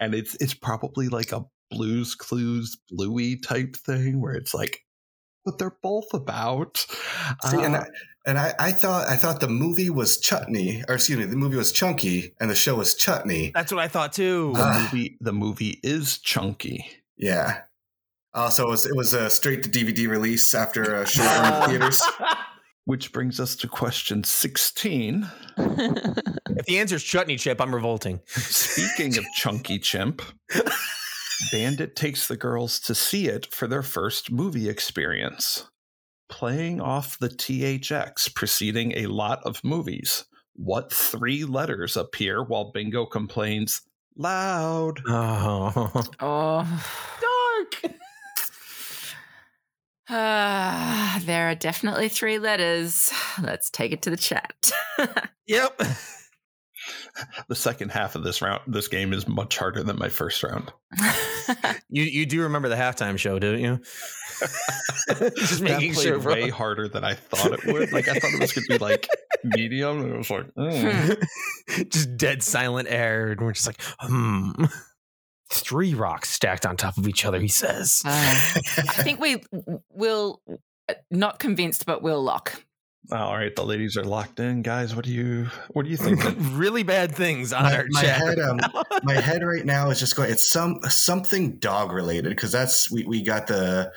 and it's it's probably like a Blues Clues Bluey type thing where it's like, but they're both about. See, and Uh-huh. uh, I, And I, I thought I thought the movie was Chutney, or excuse me, the movie was Chunky, and the show was Chutney. That's what I thought too. The Ah. movie, the movie is chunky. Yeah. Also, it was, it was a straight to DVD release after a short run in Uh, theaters. Which brings us to question 16. if the answer's chutney chip, I'm revolting. Speaking of chunky chimp, Bandit takes the girls to see it for their first movie experience. Playing off the THX preceding a lot of movies, what three letters appear while Bingo complains loud? Oh. Oh, dark. Uh, there are definitely three letters. Let's take it to the chat. Yep. The second half of this round, this game is much harder than my first round. Hmm. You you do remember the halftime show, don't you? Just making that played sure. bro. way harder than I thought it would. Like I thought it was going to be like medium, and it was like, Hmm. mm. just dead silent air, and we're just like, hmm. Three rocks stacked on top of each other, he says. Uh, I think we will uh, not convinced, but we'll lock. all right, the ladies are locked in, guys. What do you, what do you think? really bad things on My, our my chat. head, um, my head right now is just going. It's some something dog related because that's we, we got the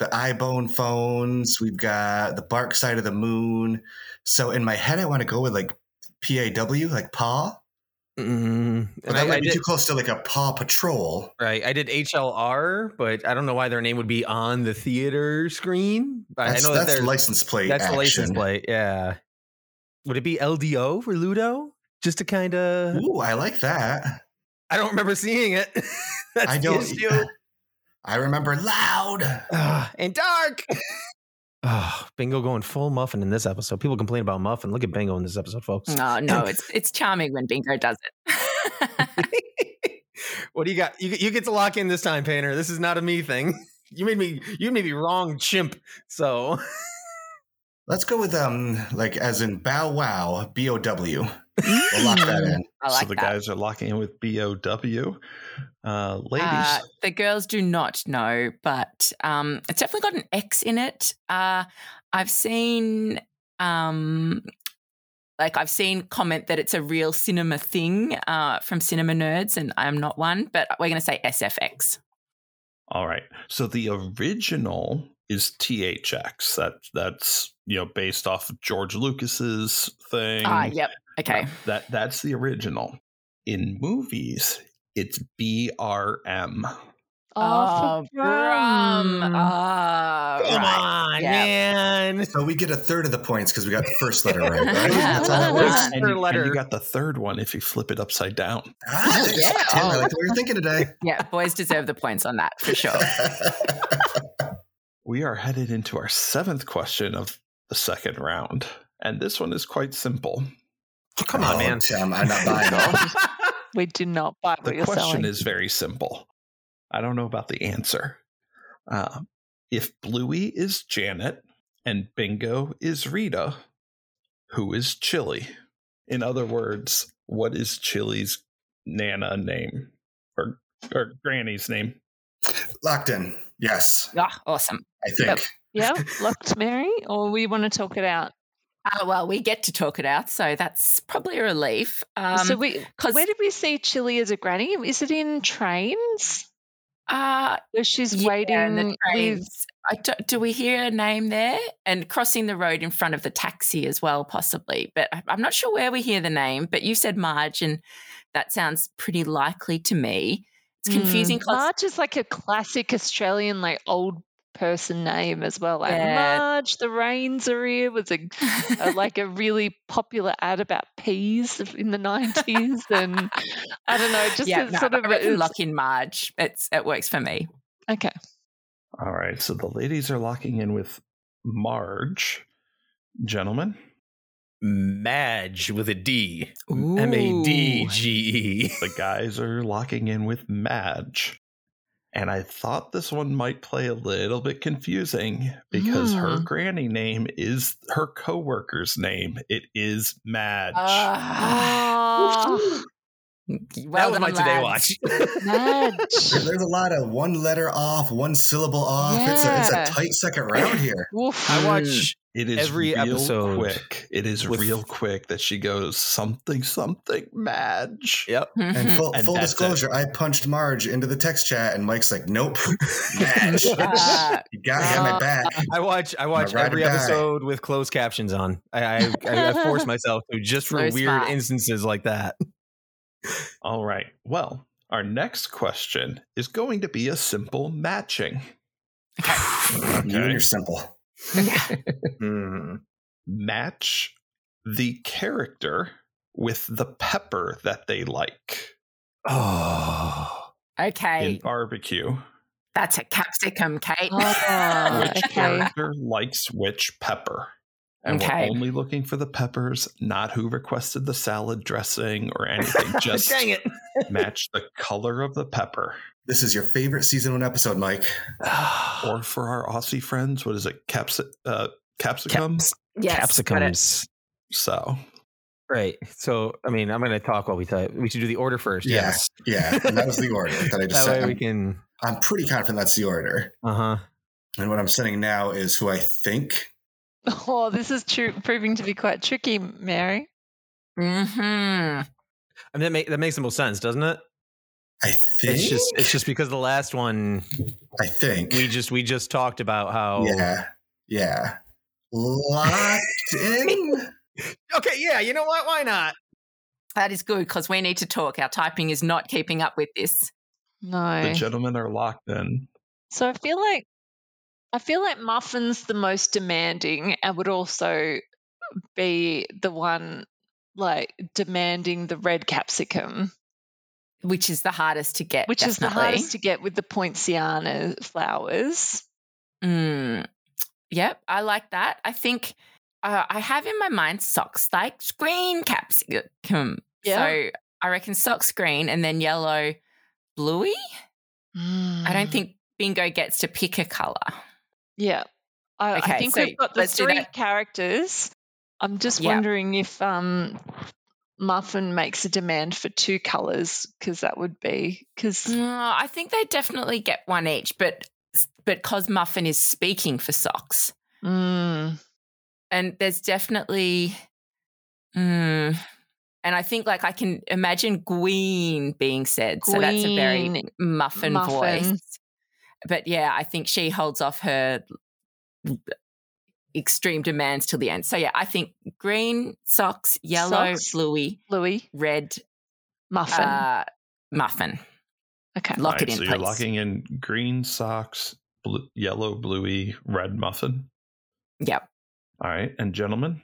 the iBone phones. We've got the Bark Side of the Moon. So in my head, I want to go with like PAW, like Paw. Mm, But and that I, might I be did, too close to like a Paw Patrol. right, I did HLR, but I don't know why their name would be on the theater screen. I- That's, I know that that's they're- license plate. that's the license action. plate. Yeah. Would it be LDO for Ludo? Just to kind of, Ooh, I like that. I don't remember seeing it. That's I the don't. issue. I remember loud. Ah, and dark. Ah, Bingo going full muffin in this episode. People complain about muffin. Look at Bingo in this episode, folks. No, Uh, no, it's it's charming when Bingo does it. what do you got? You, you get to lock in this time, Painter. This is not a me thing. You made me. You made me wrong, chimp. So Let's go with um, like as in Bow Wow, B O W. We'll lock that in. I like so the that. guys are locking in with BOW. Uh, ladies, Uh, the girls do not know, but um, it's definitely got an X in it. Uh, I've seen, um, like, I've seen comment that it's a real cinema thing uh, from cinema nerds, and I'm not one, but we're going to say SFX. all right. So the original is THX. That that's you know based off of George Lucas's thing. Ah, yep. Okay. That that's the original. In movies, it's BRM. Oh, Brum. Ah, come right. on, yeah. man. So we get a third of the points because we got the first letter right. right? Yeah, That's all it well was. done. And you, Per and you letter. got the third one if you flip it upside down. Ah, Yeah. Tim, I like the way you're thinking today. Yeah, boys deserve the points on that for sure. We are headed into our seventh question of the second round. And this one is quite simple. Come on, Oh, man. Tim, I'm not buying it. we do not buy what The you're question selling. is very simple. I don't know about the answer. Uh, if Bluey is Janet and Bingo is Rita, who is Chili? In other words, what is Chili's Nana name or or Granny's name? Locked in. Yes, Ah, awesome. I think. Yep. yeah, locked Mary, or we want to talk it out. Uh, well, we get to talk it out, so that's probably a relief. Um, so we, 'cause- where did we see Chili as a granny? Is it in trains uh, where she's Yeah, waiting? and the with- trains. I don't- do we hear a name there? And crossing the road in front of the taxi as well, possibly. But I- I'm not sure where we hear the name. But you said Marge, and that sounds pretty likely to me. It's Hmm, confusing. 'cause- Marge Mm. is like a classic Australian, like old person name as well. Like Yeah. Marge, the rains are here was a, a like a really popular ad about peas in the nineties, and I don't know, just yeah, a no, sort of I a- reckon it's- lock in Marge. It's it works for me. okay. All right, so the ladies are locking in with Marge. Gentlemen, Madge with a D. Ooh. M A D G E. the guys are locking in with Madge. And I thought this one might play a little bit confusing because her Hmm. granny name is her coworker's name. It is Madge. Ah. Oh, That well was done, my today lads. watch. There- Madge. There's a lot of one letter off, one syllable off. It's, a, it's Yeah. a tight second round here. Woof. I watch It is Every real episode quick. It is with- real quick that she goes something something Madge. Yep. Mm-hmm. And full, And full that's disclosure, I punched Marge into the text chat, and Mike's like, "Nope, match. Ah, you got me on my back." I watch I watch ride or every die. episode with closed captions on. I I, I, I force myself to just for Very weird smart. instances like that. All right. Well, our next question is going to be a simple matching. You and Okay. your simple. Mm. Match the character with the pepper that they like Oh. in okay. barbecue. That's a capsicum, Kate. Uh, Oh, Which okay. character likes which pepper? And Okay. we're only looking for the peppers, not who requested the salad dressing or anything. Just Dang it. match the color of the pepper. This is your favorite season one episode, Mike. Or for our Aussie friends, what is it? Caps- uh, capsicum? Yes, got it. Capsicums. so Right. So I mean I'm gonna talk while we type. We should do the order first. Yeah. Yes. Yeah, and that was the order that I just That way said. we I'm, can I'm pretty confident that's the order. uh-huh. And what I'm sending now is who I think. Oh, this is true, proving to be quite tricky, Mary. Mhm. I mean, that, make, that makes the most sense, doesn't it? I think. It's just it's just because the last one I think. we just we just talked about how Yeah. Yeah. Locked in. Okay, yeah, you know what? Why not? That is good because we need to talk. Our typing is not keeping up with this. No. the gentlemen are locked in. so I feel like I feel like Muffin's the most demanding and would also be the one like demanding the red capsicum, Which is the hardest to get. which is the definitely. hardest to get with the poinciana flowers. Mm. Yep, I like that. I think uh, I have in my mind socks like green capsicum. Yeah. So I reckon socks green and then yellow bluey. I don't think Bingo gets to pick a color. Yeah. I, Okay, I think so we've got the let's do three that. characters. I'm just Yeah. wondering if um, Muffin makes a demand for two colours because that would be because Uh, I think they definitely get one each, but but cause Muffin is speaking for socks, mm, and there's definitely, mm, and I think like I can imagine Gween being said. So that's a very Gween, Muffin, Muffin. voice. But yeah, I think she holds off her extreme demands till the end. So yeah, I think green socks, yellow Socks. bluey, Louis red Muffin. uh, muffin. okay. Lock it Alright, in, so place. you're locking in green socks, blue, yellow, bluey, red muffin. Yep. All right, and gentlemen,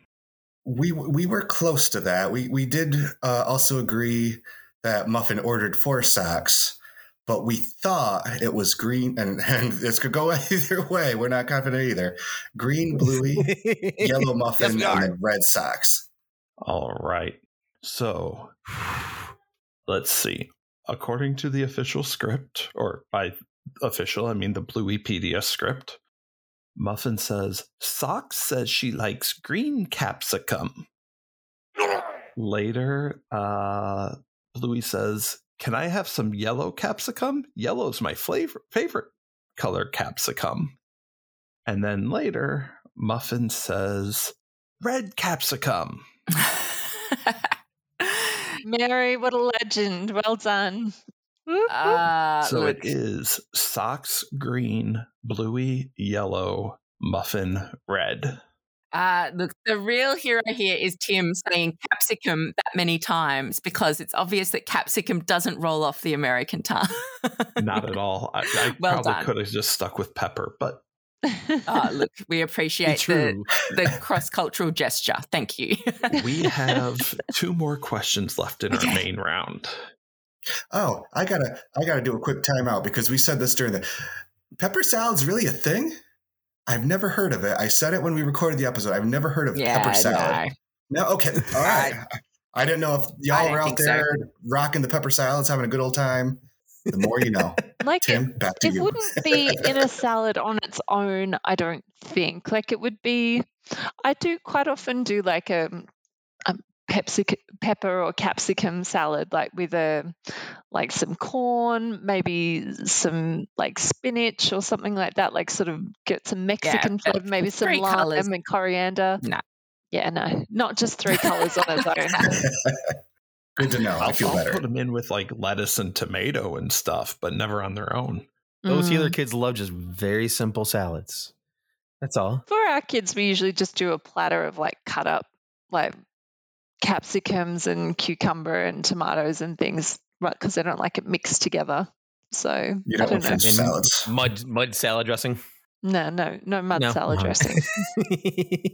We we were close to that. We we did uh, also agree that Muffin ordered four socks, but we thought it was green, and and this could go either way. We're not confident either. Green, bluey, yellow muffin, and we are. then red socks. All right. So let's see. According to the official script, or by official, I mean the Blueypedia script, Muffin says, Socks says she likes green capsicum. Later, uh, Bluey says, Can I have some yellow capsicum? Yellow's my flavor- favorite color capsicum. And then later, Muffin says, Red capsicum. Mary, what a legend. Well done. Whoop, whoop. uh, so look, it is socks green, bluey yellow, muffin red. uh, look, the real hero here is Tim saying capsicum that many times because it's obvious that capsicum doesn't roll off the American tongue. Not at all. I, I Well probably done. could have just stuck with pepper, but Uh, look, we appreciate the, True. the cross cultural gesture. Thank you. we have two more questions left in our Okay. main round. Oh, I gotta I gotta do a quick timeout because we said this during the pepper salad's really a thing. I've never heard of it. I said it when we recorded the episode. I've never heard of yeah, pepper salad. no. No, okay. All right. I didn't know if I y'all don't were out think so. there rocking the pepper salads, having a good old time. The more you know. like it, Tim, back to it you. wouldn't be in a salad on its own, I don't think. Like it would be I do quite often do like a, a pepsic- um, pepper or capsicum salad, like with a like some corn, maybe some like spinach or something like that. Like sort of get some Mexican but flavor, maybe some three lime colours. and coriander. No. Yeah, no, not just three colors on its own. Good to know. Oh, I I'll, feel I'll put better. them in with like lettuce and tomato and stuff, but never on their own. Those Mm. healer kids love just very simple salads. That's all. For our kids, we usually just do a platter of like cut up, like capsicums and cucumber and tomatoes and things, right? Because they don't like it mixed together. So You I don't don't want know. some salads. Mud mud salad dressing. No, no, no mud No. salad No. dressing.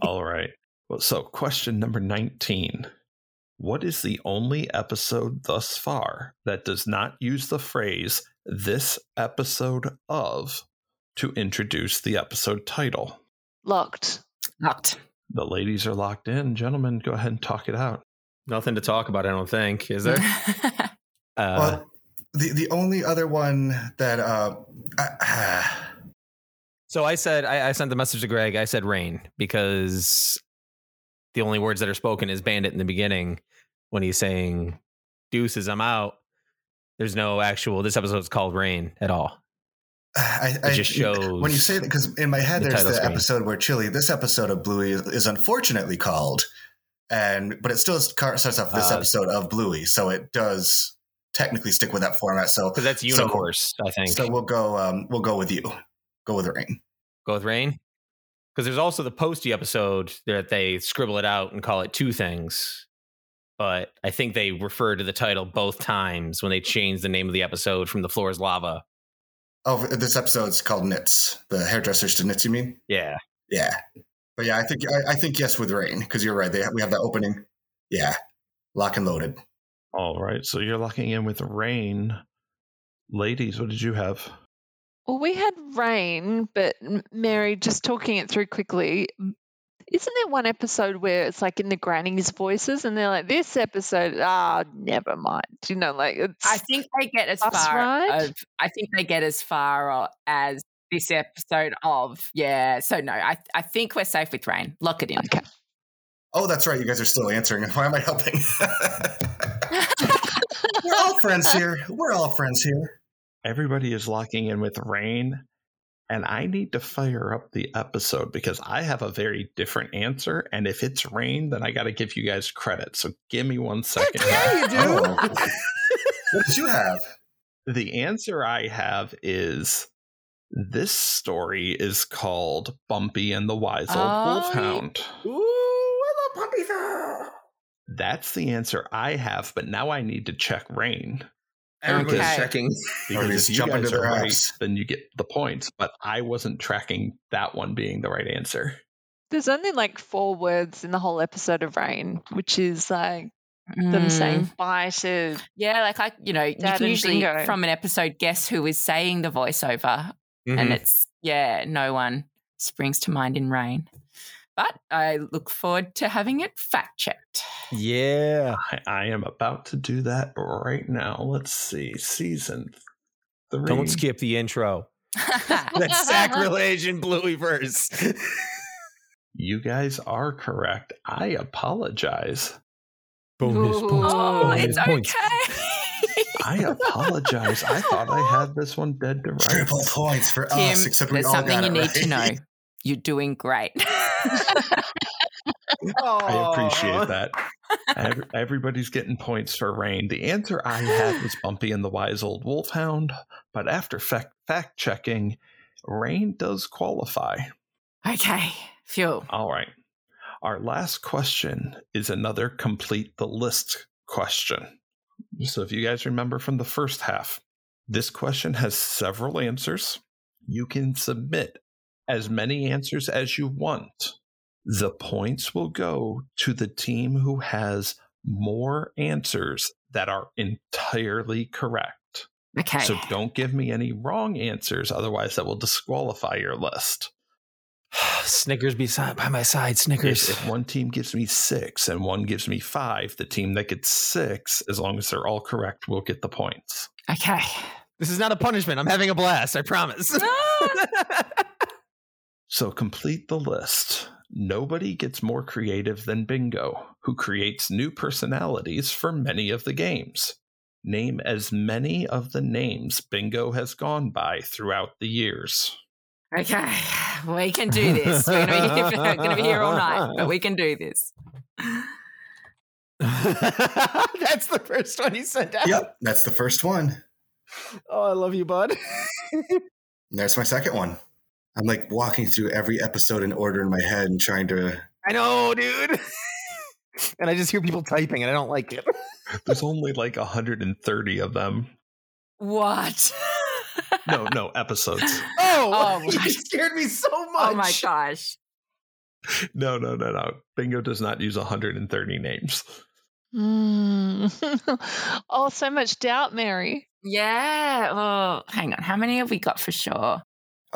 All right. Well, so question number 19. What is the only episode thus far that does not use the phrase this episode of to introduce the episode title? Locked. Not. The ladies are locked in. Gentlemen, go ahead and talk it out. Nothing to talk about, I don't think. Is there? Uh, well, the the only other one that uh, I, so I said I, I sent the message to Greg. I said rain because the only words that are spoken is bandit in the beginning when he's saying deuces, I'm out. There's no actual this episode's called rain at all. I, It I just shows when you say that because in my head the there's title the screen. episode where Chili. This episode of Bluey is, is unfortunately called, and but it still is- car- starts off this Uh, episode of Bluey, so it does technically stick with that format. So because that's So- unicorse, I think. so we'll go um, we'll go with you. Go with rain. Go with rain. Because there's also the posty episode that they scribble it out and call it two things. But I think they refer to the title both times when they change the name of the episode from the floor is lava. Oh, this episode's called Knits. The hairdressers to Knits. You mean? Yeah. Yeah. But yeah, I think I, I think yes with rain because you're right. They we have that opening. Yeah, lock and loaded. All right. So you're locking in with rain. Ladies, what did you have? Well, we had rain, but M- Mary, just talking it through quickly. m- Isn't there one episode where it's like in the granny's voices and they're like, this episode, ah, never mind. You know, like it's. I think they get as Bus far. ride? Of, I think they get as far o- as this episode of. Yeah. So no, I I think we're safe with rain. Lock it in. okay. Oh, that's right. You guys are still answering. Why am I helping? We're all friends here. We're all friends here. Everybody is locking in with rain. And I need to fire up the episode because I have a very different answer. And if it's rain, then I got to give you guys credit. So give me one second. you Oh. what did you have? the answer I have is this story is called Bumpy and the Wise Old Oh, Wolfhound. Ooh, That's the answer I have, but now I need to check rain. Everybody's Okay. checking. Because just if you jump guys into their are right, apps. then you get the points. But I wasn't tracking that one being the right answer. There's only like four words in the whole episode of Rain, which is like them saying bye to Mm. Yeah, like I, you know, you Dad can and usually Bingo. from an episode guess who is saying the voiceover, and Mhm. it's yeah, no one springs to mind in rain. But I look forward to having it fact checked. Yeah. I, I am about to do that right now. Let's see. Season three. Don't skip the intro. That's sacrilege and Bluey verse. You guys are correct. I apologize. Bonus, bonus, oh, Oh, it's bonus okay. I apologize. I thought I had this one dead to rights. Triple points for Tim, us, except we there's all something Oh, got you it need to know. right. You're doing great. I appreciate that. Every, everybody's getting points for rain. The answer I had was Bumpy and the Wise Old Wolfhound, but after fact fact checking, rain does qualify. okay, phew. All right. Our last question is another complete the list question. So, if you guys remember from the first half, this question has several answers. You can submit as many answers as you want. The points will go to the team who has more answers that are entirely correct. Okay. So don't give me any wrong answers, otherwise, that will disqualify your list. Snickers be si- by my side. If, Snickers. if one team gives me six and one gives me five, the team that gets six, as long as they're all correct, will get the points. okay. This is not a punishment. I'm having a blast. I promise. So complete the list. Nobody gets more creative than Bingo, who creates new personalities for many of the games. Name as many of the names Bingo has gone by throughout the years. Okay, we can do this. We're going to be here all night, but we can do this. That's the first one he sent out. Yep, that's the first one. Oh, I love you, bud. And there's my second one. I'm like walking through every episode in order in my head and trying to. I know, dude. and I just hear people typing, and I don't like it. There's only like 130 of them. What? No, no, episodes. Oh, Oh, you my- scared me so much. Oh my gosh. No, no, no, no. Bingo does not use 130 names. Mm. oh, so much doubt, Mary. Yeah. Oh, hang on. How many have we got for sure?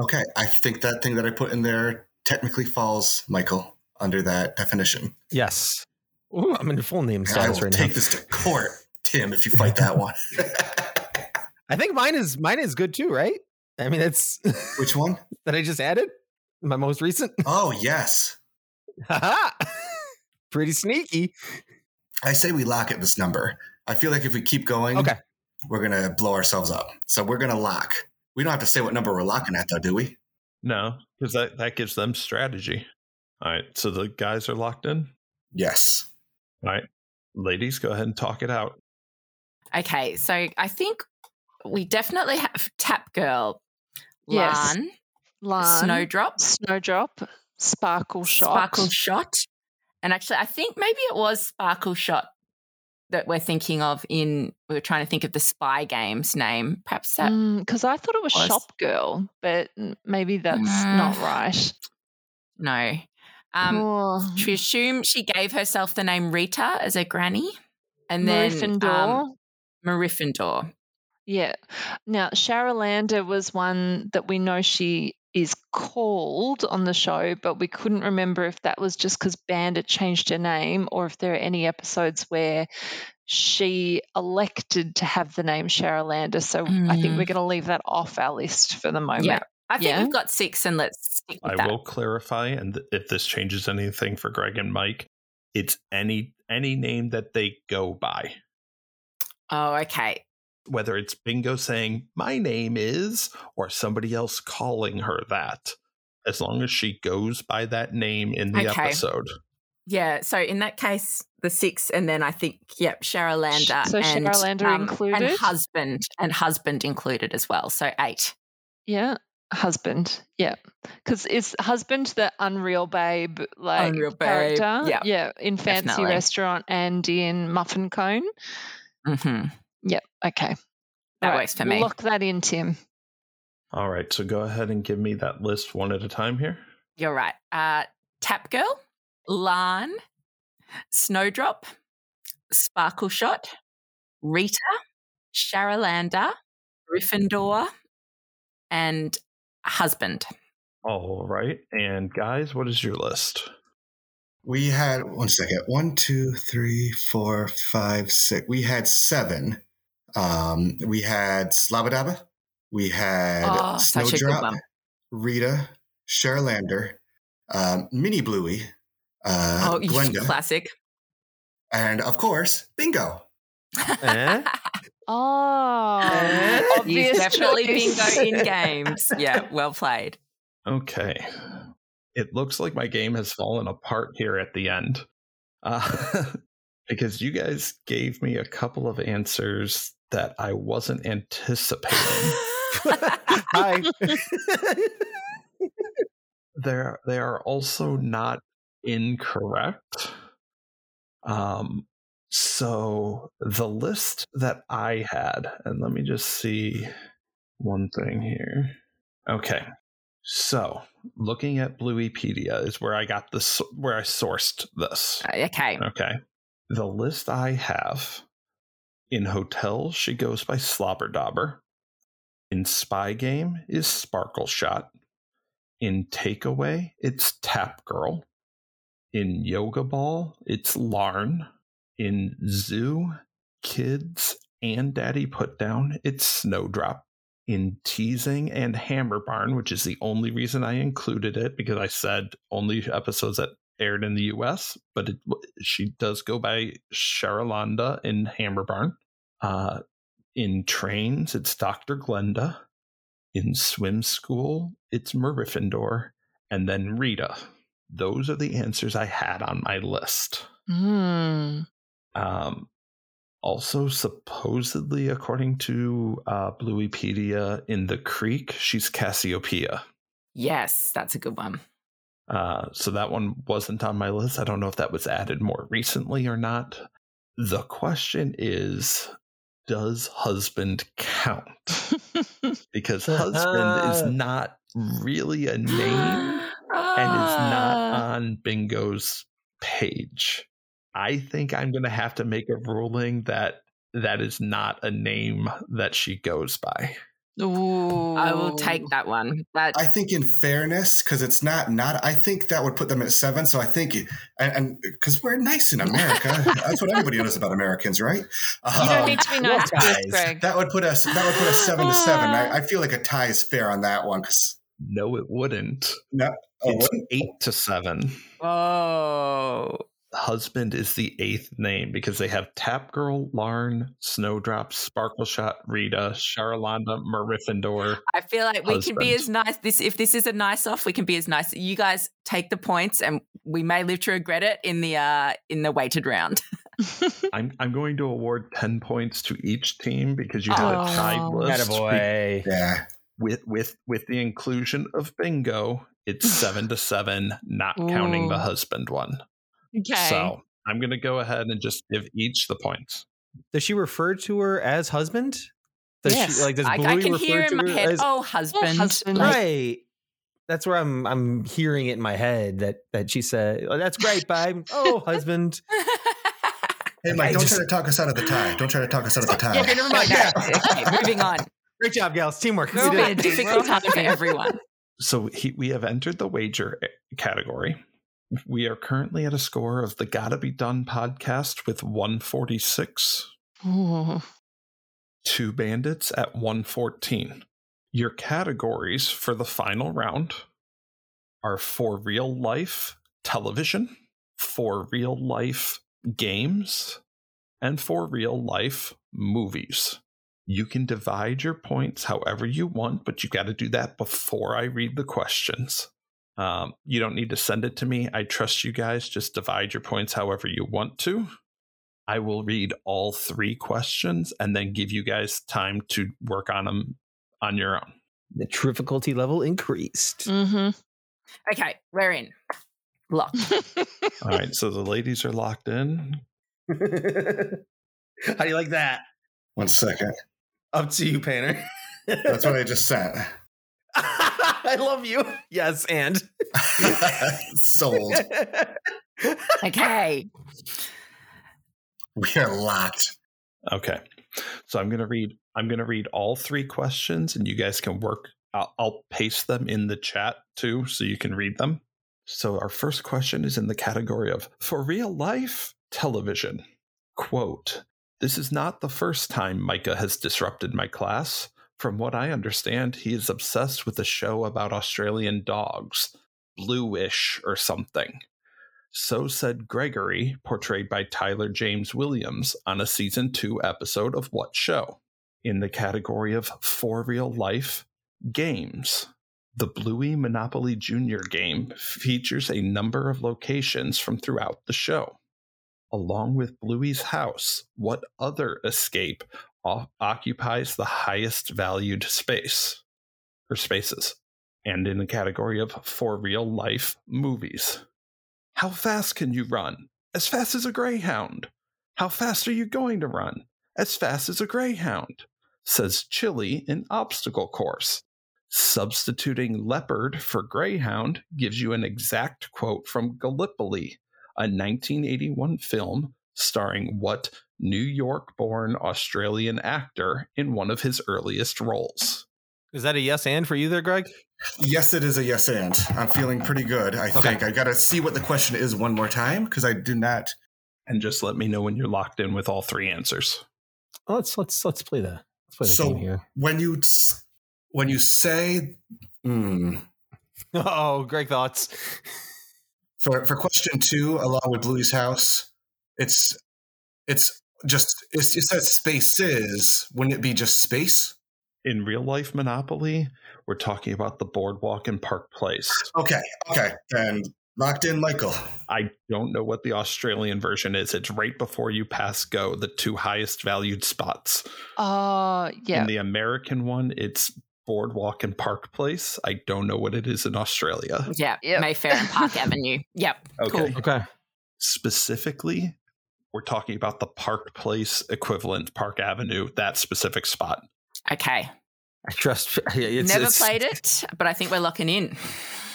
Okay, I think that thing that I put in there technically falls, Michael, under that definition. Yes. Ooh, I'm in full name I status will right take now. this to court, Tim, if you fight that one. I think mine is mine is good too, right? I mean, it's Which one? that I just added my most recent. Oh, yes. Haha. Pretty sneaky. I say we lock at this number. I feel like if we keep going, Okay. we're going to blow ourselves up. So we're going to lock. We don't have to say what number we're locking at, though, do we? No, because that, that gives them strategy. All right, so the guys are locked in. Yes. Ladies, go ahead and talk it out. Okay. So I think we definitely have Tap Girl, Yes. Lan, Lan, Snowdrop, Snowdrop, Sparkle Shot. Sparkle Shot. And actually, I think maybe it was Sparkle Shot that we're thinking of in, we were trying to think of the spy game's name. Perhaps that. Because Mm, I thought it was was- Shop Girl, but n- maybe that's Mm. not right. No. Um, oh, To assume she gave herself the name Rita as a granny. And then Gryffindor. um, Marifindor. yeah. Now, Sharalander was one that we know she is called on the show, but we couldn't remember if that was just because Bandit changed her name or if there are any episodes where she elected to have the name Sharalander. So I think Mm. we're going to leave that off our list for the moment. Yeah. I think Yeah. we've got six, and let's stick with I that. will clarify, and th- if this changes anything for Greg and Mike, it's any any name that they go by, Oh, okay. whether it's Bingo saying "My name is" or somebody else calling her that. As long as she goes by that name in the Okay. episode, Yeah. So in that case, the six, and then I think, yep, Shara Lander. So and, um, Shara Lander included? And husband, and husband included as well. So eight. Yeah, husband. Yeah, because it's husband the unreal babe like Unreal Babe, character. yeah, yeah, in fancy definitely. restaurant and in muffin cone. Mm-hmm. Yep. Okay, That Right, works for me. Lock that in, Tim. all right. So go ahead and give me that list one at a time here. You're right. Uh, Tap Girl, Lan, Snowdrop, Sparkle Shot, Rita, Sharalander, Gryffindor, and Husband. All right, and guys, what is your list? We had one second. One, two, three, four, five, six. We had seven. Um, we had Slabadaba. We had Oh, such a good Snowdrop, one. Rita, Sherlander, um, Mini Bluey, uh, oh, Glenda, classic. and of course, Bingo. Eh? Oh, He's He's obvious definitely choice. bingo in games. Yeah, well played. Okay. It looks like my game has fallen apart here at the end. Uh, because you guys gave me a couple of answers that I wasn't anticipating. Uh, Hi. They're, they are also not incorrect. Um, so the list that I had, and let me just see one thing here. Okay. So, looking at Blueypedia is where I got this, where I sourced this. okay. Okay. The list I have in Hotel, she goes by Slobberdobber. In Spy Game is Sparkle Shot. In Takeaway, it's Tap Girl. In Yoga Ball, it's Larn. In Zoo, Kids, and Daddy Put Down, it's Snowdrop. in teasing and Hammer Barn, which is the only reason I included it because I said only episodes that aired in the U.S. But it, she does go by Charolanda in Hammer Barn. Uh, in trains, it's Doctor Glenda. In swim school, it's Murifindor, and then Rita. Those are the answers I had on my list. Mm. Um, also, supposedly, according to uh, Blueypedia, in the creek, she's Cassiopeia. Yes, that's a good one. Uh, so that one wasn't on my list. I don't know if that was added more recently or not. The question is Does husband count? Because husband is not really a name and is not Ah. on Bingo's page. I think I'm going to have to make a ruling that that is not a name that she goes by. Ooh. I will take that one. That I think in fairness, because it's not not. I think that would put them at seven. So I think, and because we're nice in America, that's what everybody knows about Americans, right? You don't Um, need to be nice, to us, Greg. that would put us. That would put us seven to seven. Ah. I, I feel like a tie is fair on that one. Because No, it wouldn't. oh, it's eight to seven. oh, Husband is the eighth name because they have Tap Girl, Larn, Snowdrop, Sparkle Shot, Rita, Charolanda, Marifindor. I feel like we can be Husband. as nice. This if this is a nice off, we can be as nice. You guys take the points, and we may live to regret it in the uh in the weighted round. I'm I'm going to award ten points to each team because you had a tied Oh. list Attaboy. yeah. with with with the inclusion of bingo. It's seven to seven, not counting the Ooh. husband one. okay. So I'm going to go ahead and just give each the points. Does she refer to her as husband? Does Yes. she like does I, Bluey I can refer hear to in my her head, as- oh husband, husband. Like, right? That's where I'm I'm hearing it in my head that that she said, oh, "That's great, babe." Oh, husband. Hey, Mike, I don't just- try to talk us out of the tie. Don't try to talk us out of the tie. yeah, never mind that. Okay, moving on. Great job, gals. Teamwork. This will We be did a it. difficult time for everyone. So he, we have entered the wager eh, category. We are currently at a score of the Gotta Be Done podcast with 146, Ooh. two bandits at 114. Your categories for the final round are for real life television, for real life games, and for real life movies. You can divide your points however you want, but you got to do that before I read the questions. Um, you don't need to send it to me. I trust you guys. Just divide your points however you want to. I will read all three questions and then give you guys time to work on them on your own. The difficulty level increased. Mm-hmm. Okay, we're in. Lock. All right, so the ladies are locked in. Mm. How do you like that? One second. Up to you, Painter. That's what I just sent. I love you. Yes, and Sold. Okay. We are locked. Okay, so I'm gonna read. I'm gonna read all three questions, and you guys can work. I'll, I'll paste them in the chat too, so you can read them. So our first question is in the category of for real life television. Quote: This is not the first time Micah has disrupted my class. From what I understand, he is obsessed with a show about Australian dogs, Bluish or something. So said Gregory, portrayed by Tyler James Williams on a season two episode of What Show? In the category of for real life games. The Bluey Monopoly Jr. game features a number of locations from throughout the show. Along with Bluey's house, what other escape o- occupies the highest valued space or spaces? And in the category of for real life movies. How fast can you run? As fast as a greyhound. How fast are you going to run? As fast as a greyhound, says Chili in obstacle course. Substituting leopard for greyhound gives you an exact quote from Gallipoli, a 1981 film starring what New York born Australian actor in one of his earliest roles? Is that a yes and for you there, Greg? Yes, it is a yes and. I'm feeling pretty good, I Okay. think. I got to see what the question is one more time because I do not. And just let me know when you're locked in with all three answers. Oh, Let's let's let's play the let's play the So- game here. When you s- when you say mm, Oh, Greg thoughts. for for question two, along with Bluey's house, it's it's just it's, it says spaces. Wouldn't it be just space? In real life Monopoly, we're talking about the boardwalk in Park Place. Okay, okay, and locked in, Michael. I don't know what the Australian version is. It's right before you pass go, the two highest valued spots. Oh, yeah. In the American one, it's boardwalk and Park Place. I don't know what it is in Australia. Yeah. Yep. Mayfair and Park Avenue. Yep. Okay. Cool. Okay. Specifically, we're talking about the Park Place equivalent, Park Avenue, that specific spot. Okay. I trust it's, Never it's- played it, but I think we're locking in.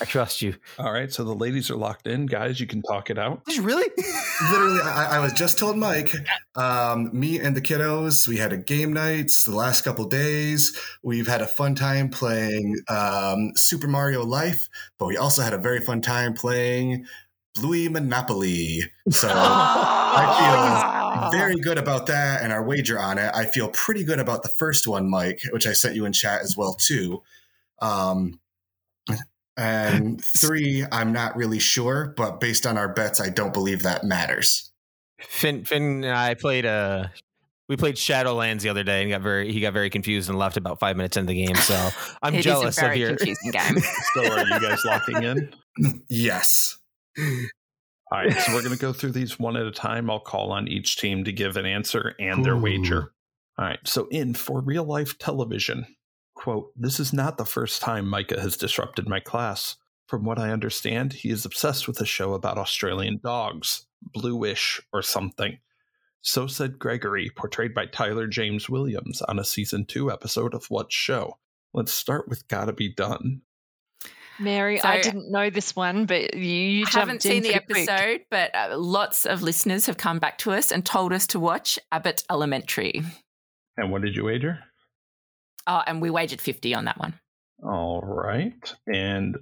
I trust you. All right. So the ladies are locked in. Guys, you can talk it out. Really? Oh. Literally, I, I was just told Mike. Um, me and the kiddos, we had a game night the last couple days. We've had a fun time playing um, Super Mario Life, but we also had a very fun time playing Bluey Monopoly. So. I very good about that and our wager on it. I feel pretty good about the first one, Mike, which I sent you in chat as well too. Um, and three, I'm not really sure, but based on our bets, I don't believe that matters. Finn Finn and I played uh we played Shadowlands the other day and got very he got very confused and left about five minutes into the game. So I'm It is jealous a of very your confusing game. So are you guys locking in? Yes. All right, so we're going to go through these one at a time. I'll call on each team to give an answer and their Ooh. wager. All right, so in for real life television, quote, this is not the first time Micah has disrupted my class. From what I understand, he is obsessed with a show about Australian dogs, bluish or something. So said Gregory, portrayed by Tyler James Williams on a season two episode of What Show? Let's start with Gotta Be Done. Mary, So- I didn't know this one, but you, you I jumped haven't seen in the pretty quick. episode, but uh, lots of listeners have come back to us and told us to watch Abbott Elementary. And what did you wager? Oh, and we wagered 50 on that one. All right, and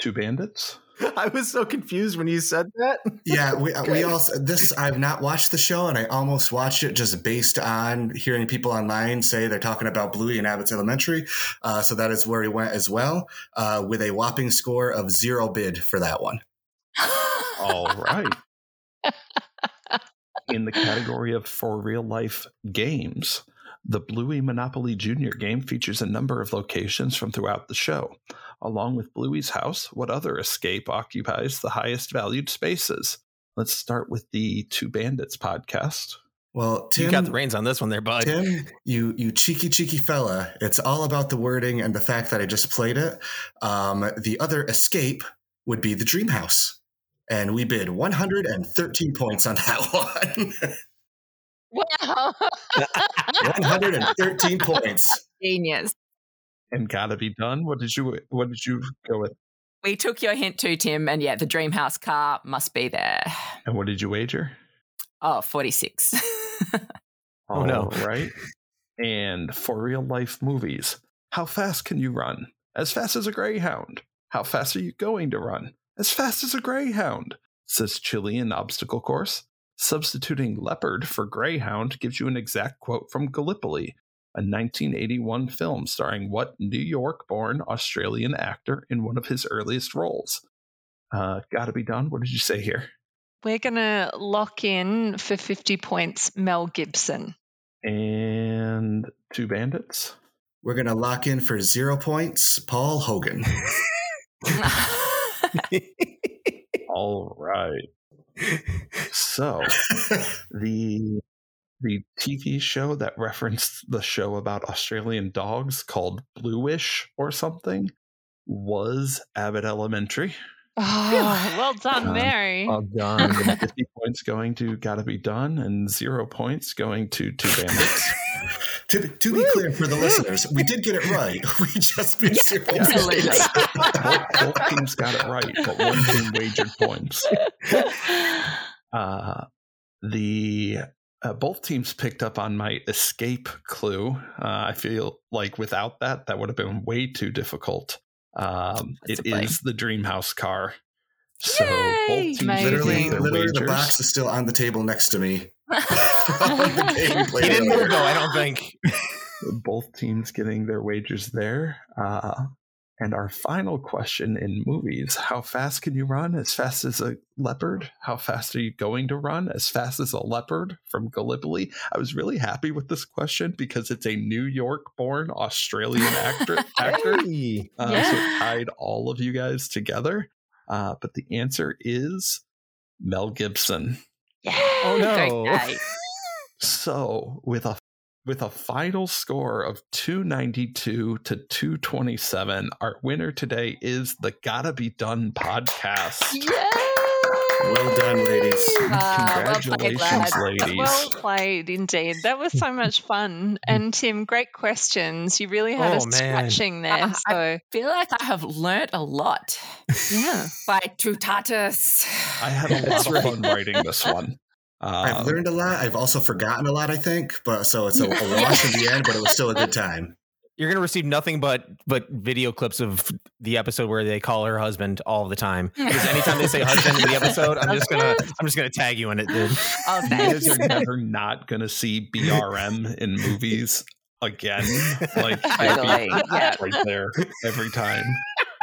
two bandits. I was so confused when you said that. Yeah, we uh, we also this I've not watched the show and I almost watched it just based on hearing people online say they're talking about Bluey and Abbott's Elementary. Uh, so that is where we went as well, uh, with a whopping score of zero bid for that one. All right. In the category of for real life games, the Bluey Monopoly Junior game features a number of locations from throughout the show. Along with Bluey's house, what other escape occupies the highest valued spaces? Let's start with the Two Bandits podcast. Well, Tim, you got the reins on this one there, bud. Tim, you you cheeky cheeky fella! It's all about the wording and the fact that I just played it. Um, the other escape would be the dream house, and we bid 113 points on that one. Wow. 113 points. Genius. And gotta be done. What did you what did you go with? We took your hint too, Tim. And yeah, the dream house car must be there. And what did you wager? Oh, 46. Oh, no. All Right? And for real life movies, how fast can you run? As fast as a greyhound. How fast are you going to run? As fast as a greyhound, says Chilean obstacle course. Substituting leopard for greyhound gives you an exact quote from Gallipoli, a 1981 film starring what New York born Australian actor in one of his earliest roles? Uh, gotta be done. What did you say here? We're going to lock in for 50 points Mel Gibson. And two bandits. We're gonna lock in for zero points. Paul Hogan. All right. So the the TV show that referenced the show about Australian dogs called Bluish or something was Abbott Elementary. Oh, well done, Um, Mary. done. Fifty points going to Gotta Be Done, and zero points going to Two Bandits. to, to be clear for the listeners, we did get it right. We just bid zero absolutely. points. both, both teams got it right, but one team wagered points. uh, the uh, both teams picked up on my escape clue. Uh, I feel like without that, that would have been way too difficult. Um, That's it a bug. is the dream house car. So both Yay! teams Amazing. Literally, made their literally, the wagers. box is still on the table next to me. All the game he played didn't earlier. let her go, I don't think. both teams getting their wagers there. Uh, and our final question in movies How fast can you run? As fast as a leopard? How fast are you going to run? As fast as a leopard from Gallipoli? I was really happy with this question because it's a New York born Australian actor. actor. Hey. Uh, So it tied all of you guys together. Uh, but the answer is Mel Gibson. Yeah. Oh, no. Go Jay. So with a with a final score of 292 to 227, our winner today is the Gotta Be Done podcast. Yeah. Well done, ladies. Ah, well played, Congratulations, lad. ladies. Well played indeed. That was so much fun. And Tim, great questions. You really had Oh, us man. scratching Uh, there. So feel like I have learnt a lot yeah. by Tutatis. I had a lot That's of right. fun writing this one. I've Um, learned a lot. I've also forgotten a lot, I think. But so it's a, a wash in the end, but it was still a good time. You're gonna receive nothing but but video clips of the episode where they call her husband all the time. Because anytime they say husband in the episode, I'm just gonna I'm just gonna tag you in it, dude. Oh, you guys thanks. are never not going to see BRM in movies again. Like, it'd be Totally. Yeah. right there every time.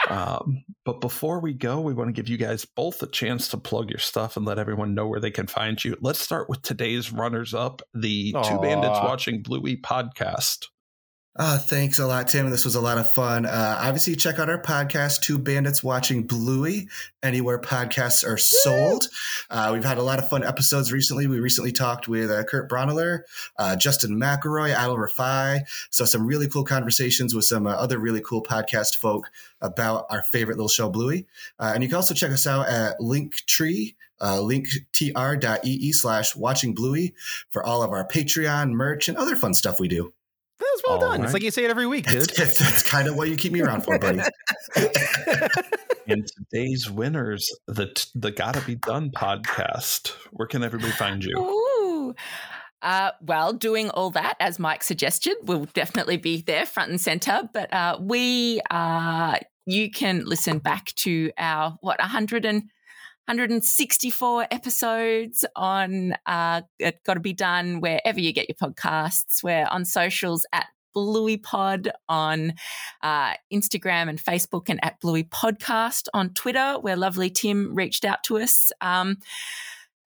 Um, but before we go, we want to give you guys both a chance to plug your stuff and let everyone know where they can find you. Let's start with today's runners up the Two Aw. Bandits Watching Bluey podcast. Uh, thanks a lot, Tim. This was a lot of fun. Uh, obviously, check out our podcast, Two Bandits Watching Bluey, anywhere podcasts are sold. Uh, we've had a lot of fun episodes recently. We recently talked with uh, Kurt Bronnler, uh, Justin McElroy, Adel Rafai. So, some really cool conversations with some uh, other really cool podcast folk about our favorite little show, Bluey. Uh, and you can also check us out at Linktree. Uh, linktr.ee E slash watching bluey for all of our Patreon merch and other fun stuff we do. That was well All done. right. It's like you say it every week, dude. That's, that's, kind of what you keep me around for, buddy. And today's winners, the, the Gotta Be Done podcast. Where can everybody find you? Ooh. Uh, well, doing all that, as Mike suggested, will definitely be there front and center. But uh, we, uh, you can listen back to our, what, 100 and, 164 episodes on uh, It Gotta Be Done, wherever you get your podcasts. We're on socials at Bluey Pod on uh, Instagram and Facebook and at Bluey Podcast on Twitter, where lovely Tim reached out to us. Um,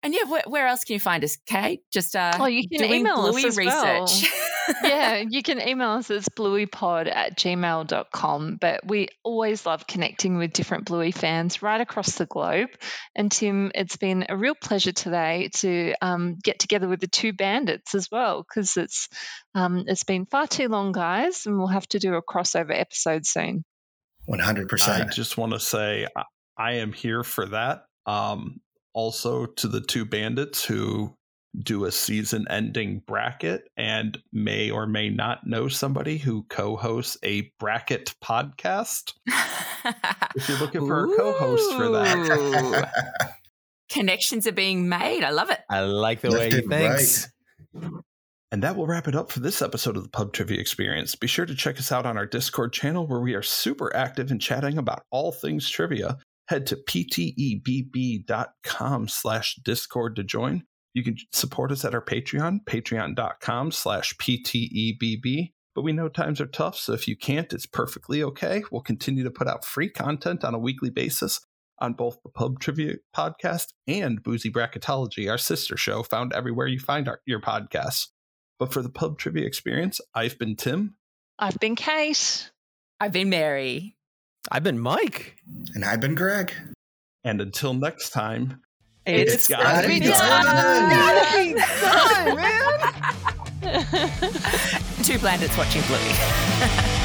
and yeah, where, where else can you find us, Kate? Just uh, Oh, you can doing email Bluey us as well. research. yeah, you can email us. It's blueypod at gmail.com. But we always love connecting with different Bluey fans right across the globe. And Tim, it's been a real pleasure today to um, get together with the two bandits as well, because it's um, it's been far too long, guys, and we'll have to do a crossover episode soon. One hundred I percent. just want to say I- I am here for that. Um, also to the two bandits who do a season ending bracket and may or may not know somebody who co-hosts a bracket podcast. If you're looking for a co-host for that, Ooh. Connections are being made. I love it. I like the way Left you and think. right. And that will wrap it up for this episode of the Pub Trivia Experience. Be sure to check us out on our Discord channel where we are super active in chatting about all things trivia. Head to ptebb.com slash discord to join. You can support us at our Patreon, patreon.com slash ptebb. But we know times are tough, so if you can't, it's perfectly okay. We'll continue to put out free content on a weekly basis on both the Pub Trivia podcast and Boozy Bracketology, our sister show found everywhere you find our, your podcasts. But for the pub trivia experience, I've been Tim. I've been Kate. I've been Mary. I've been Mike. And I've been Greg. And until next time, It's gotta gotta be be done. done. Two bandits watching Bluey.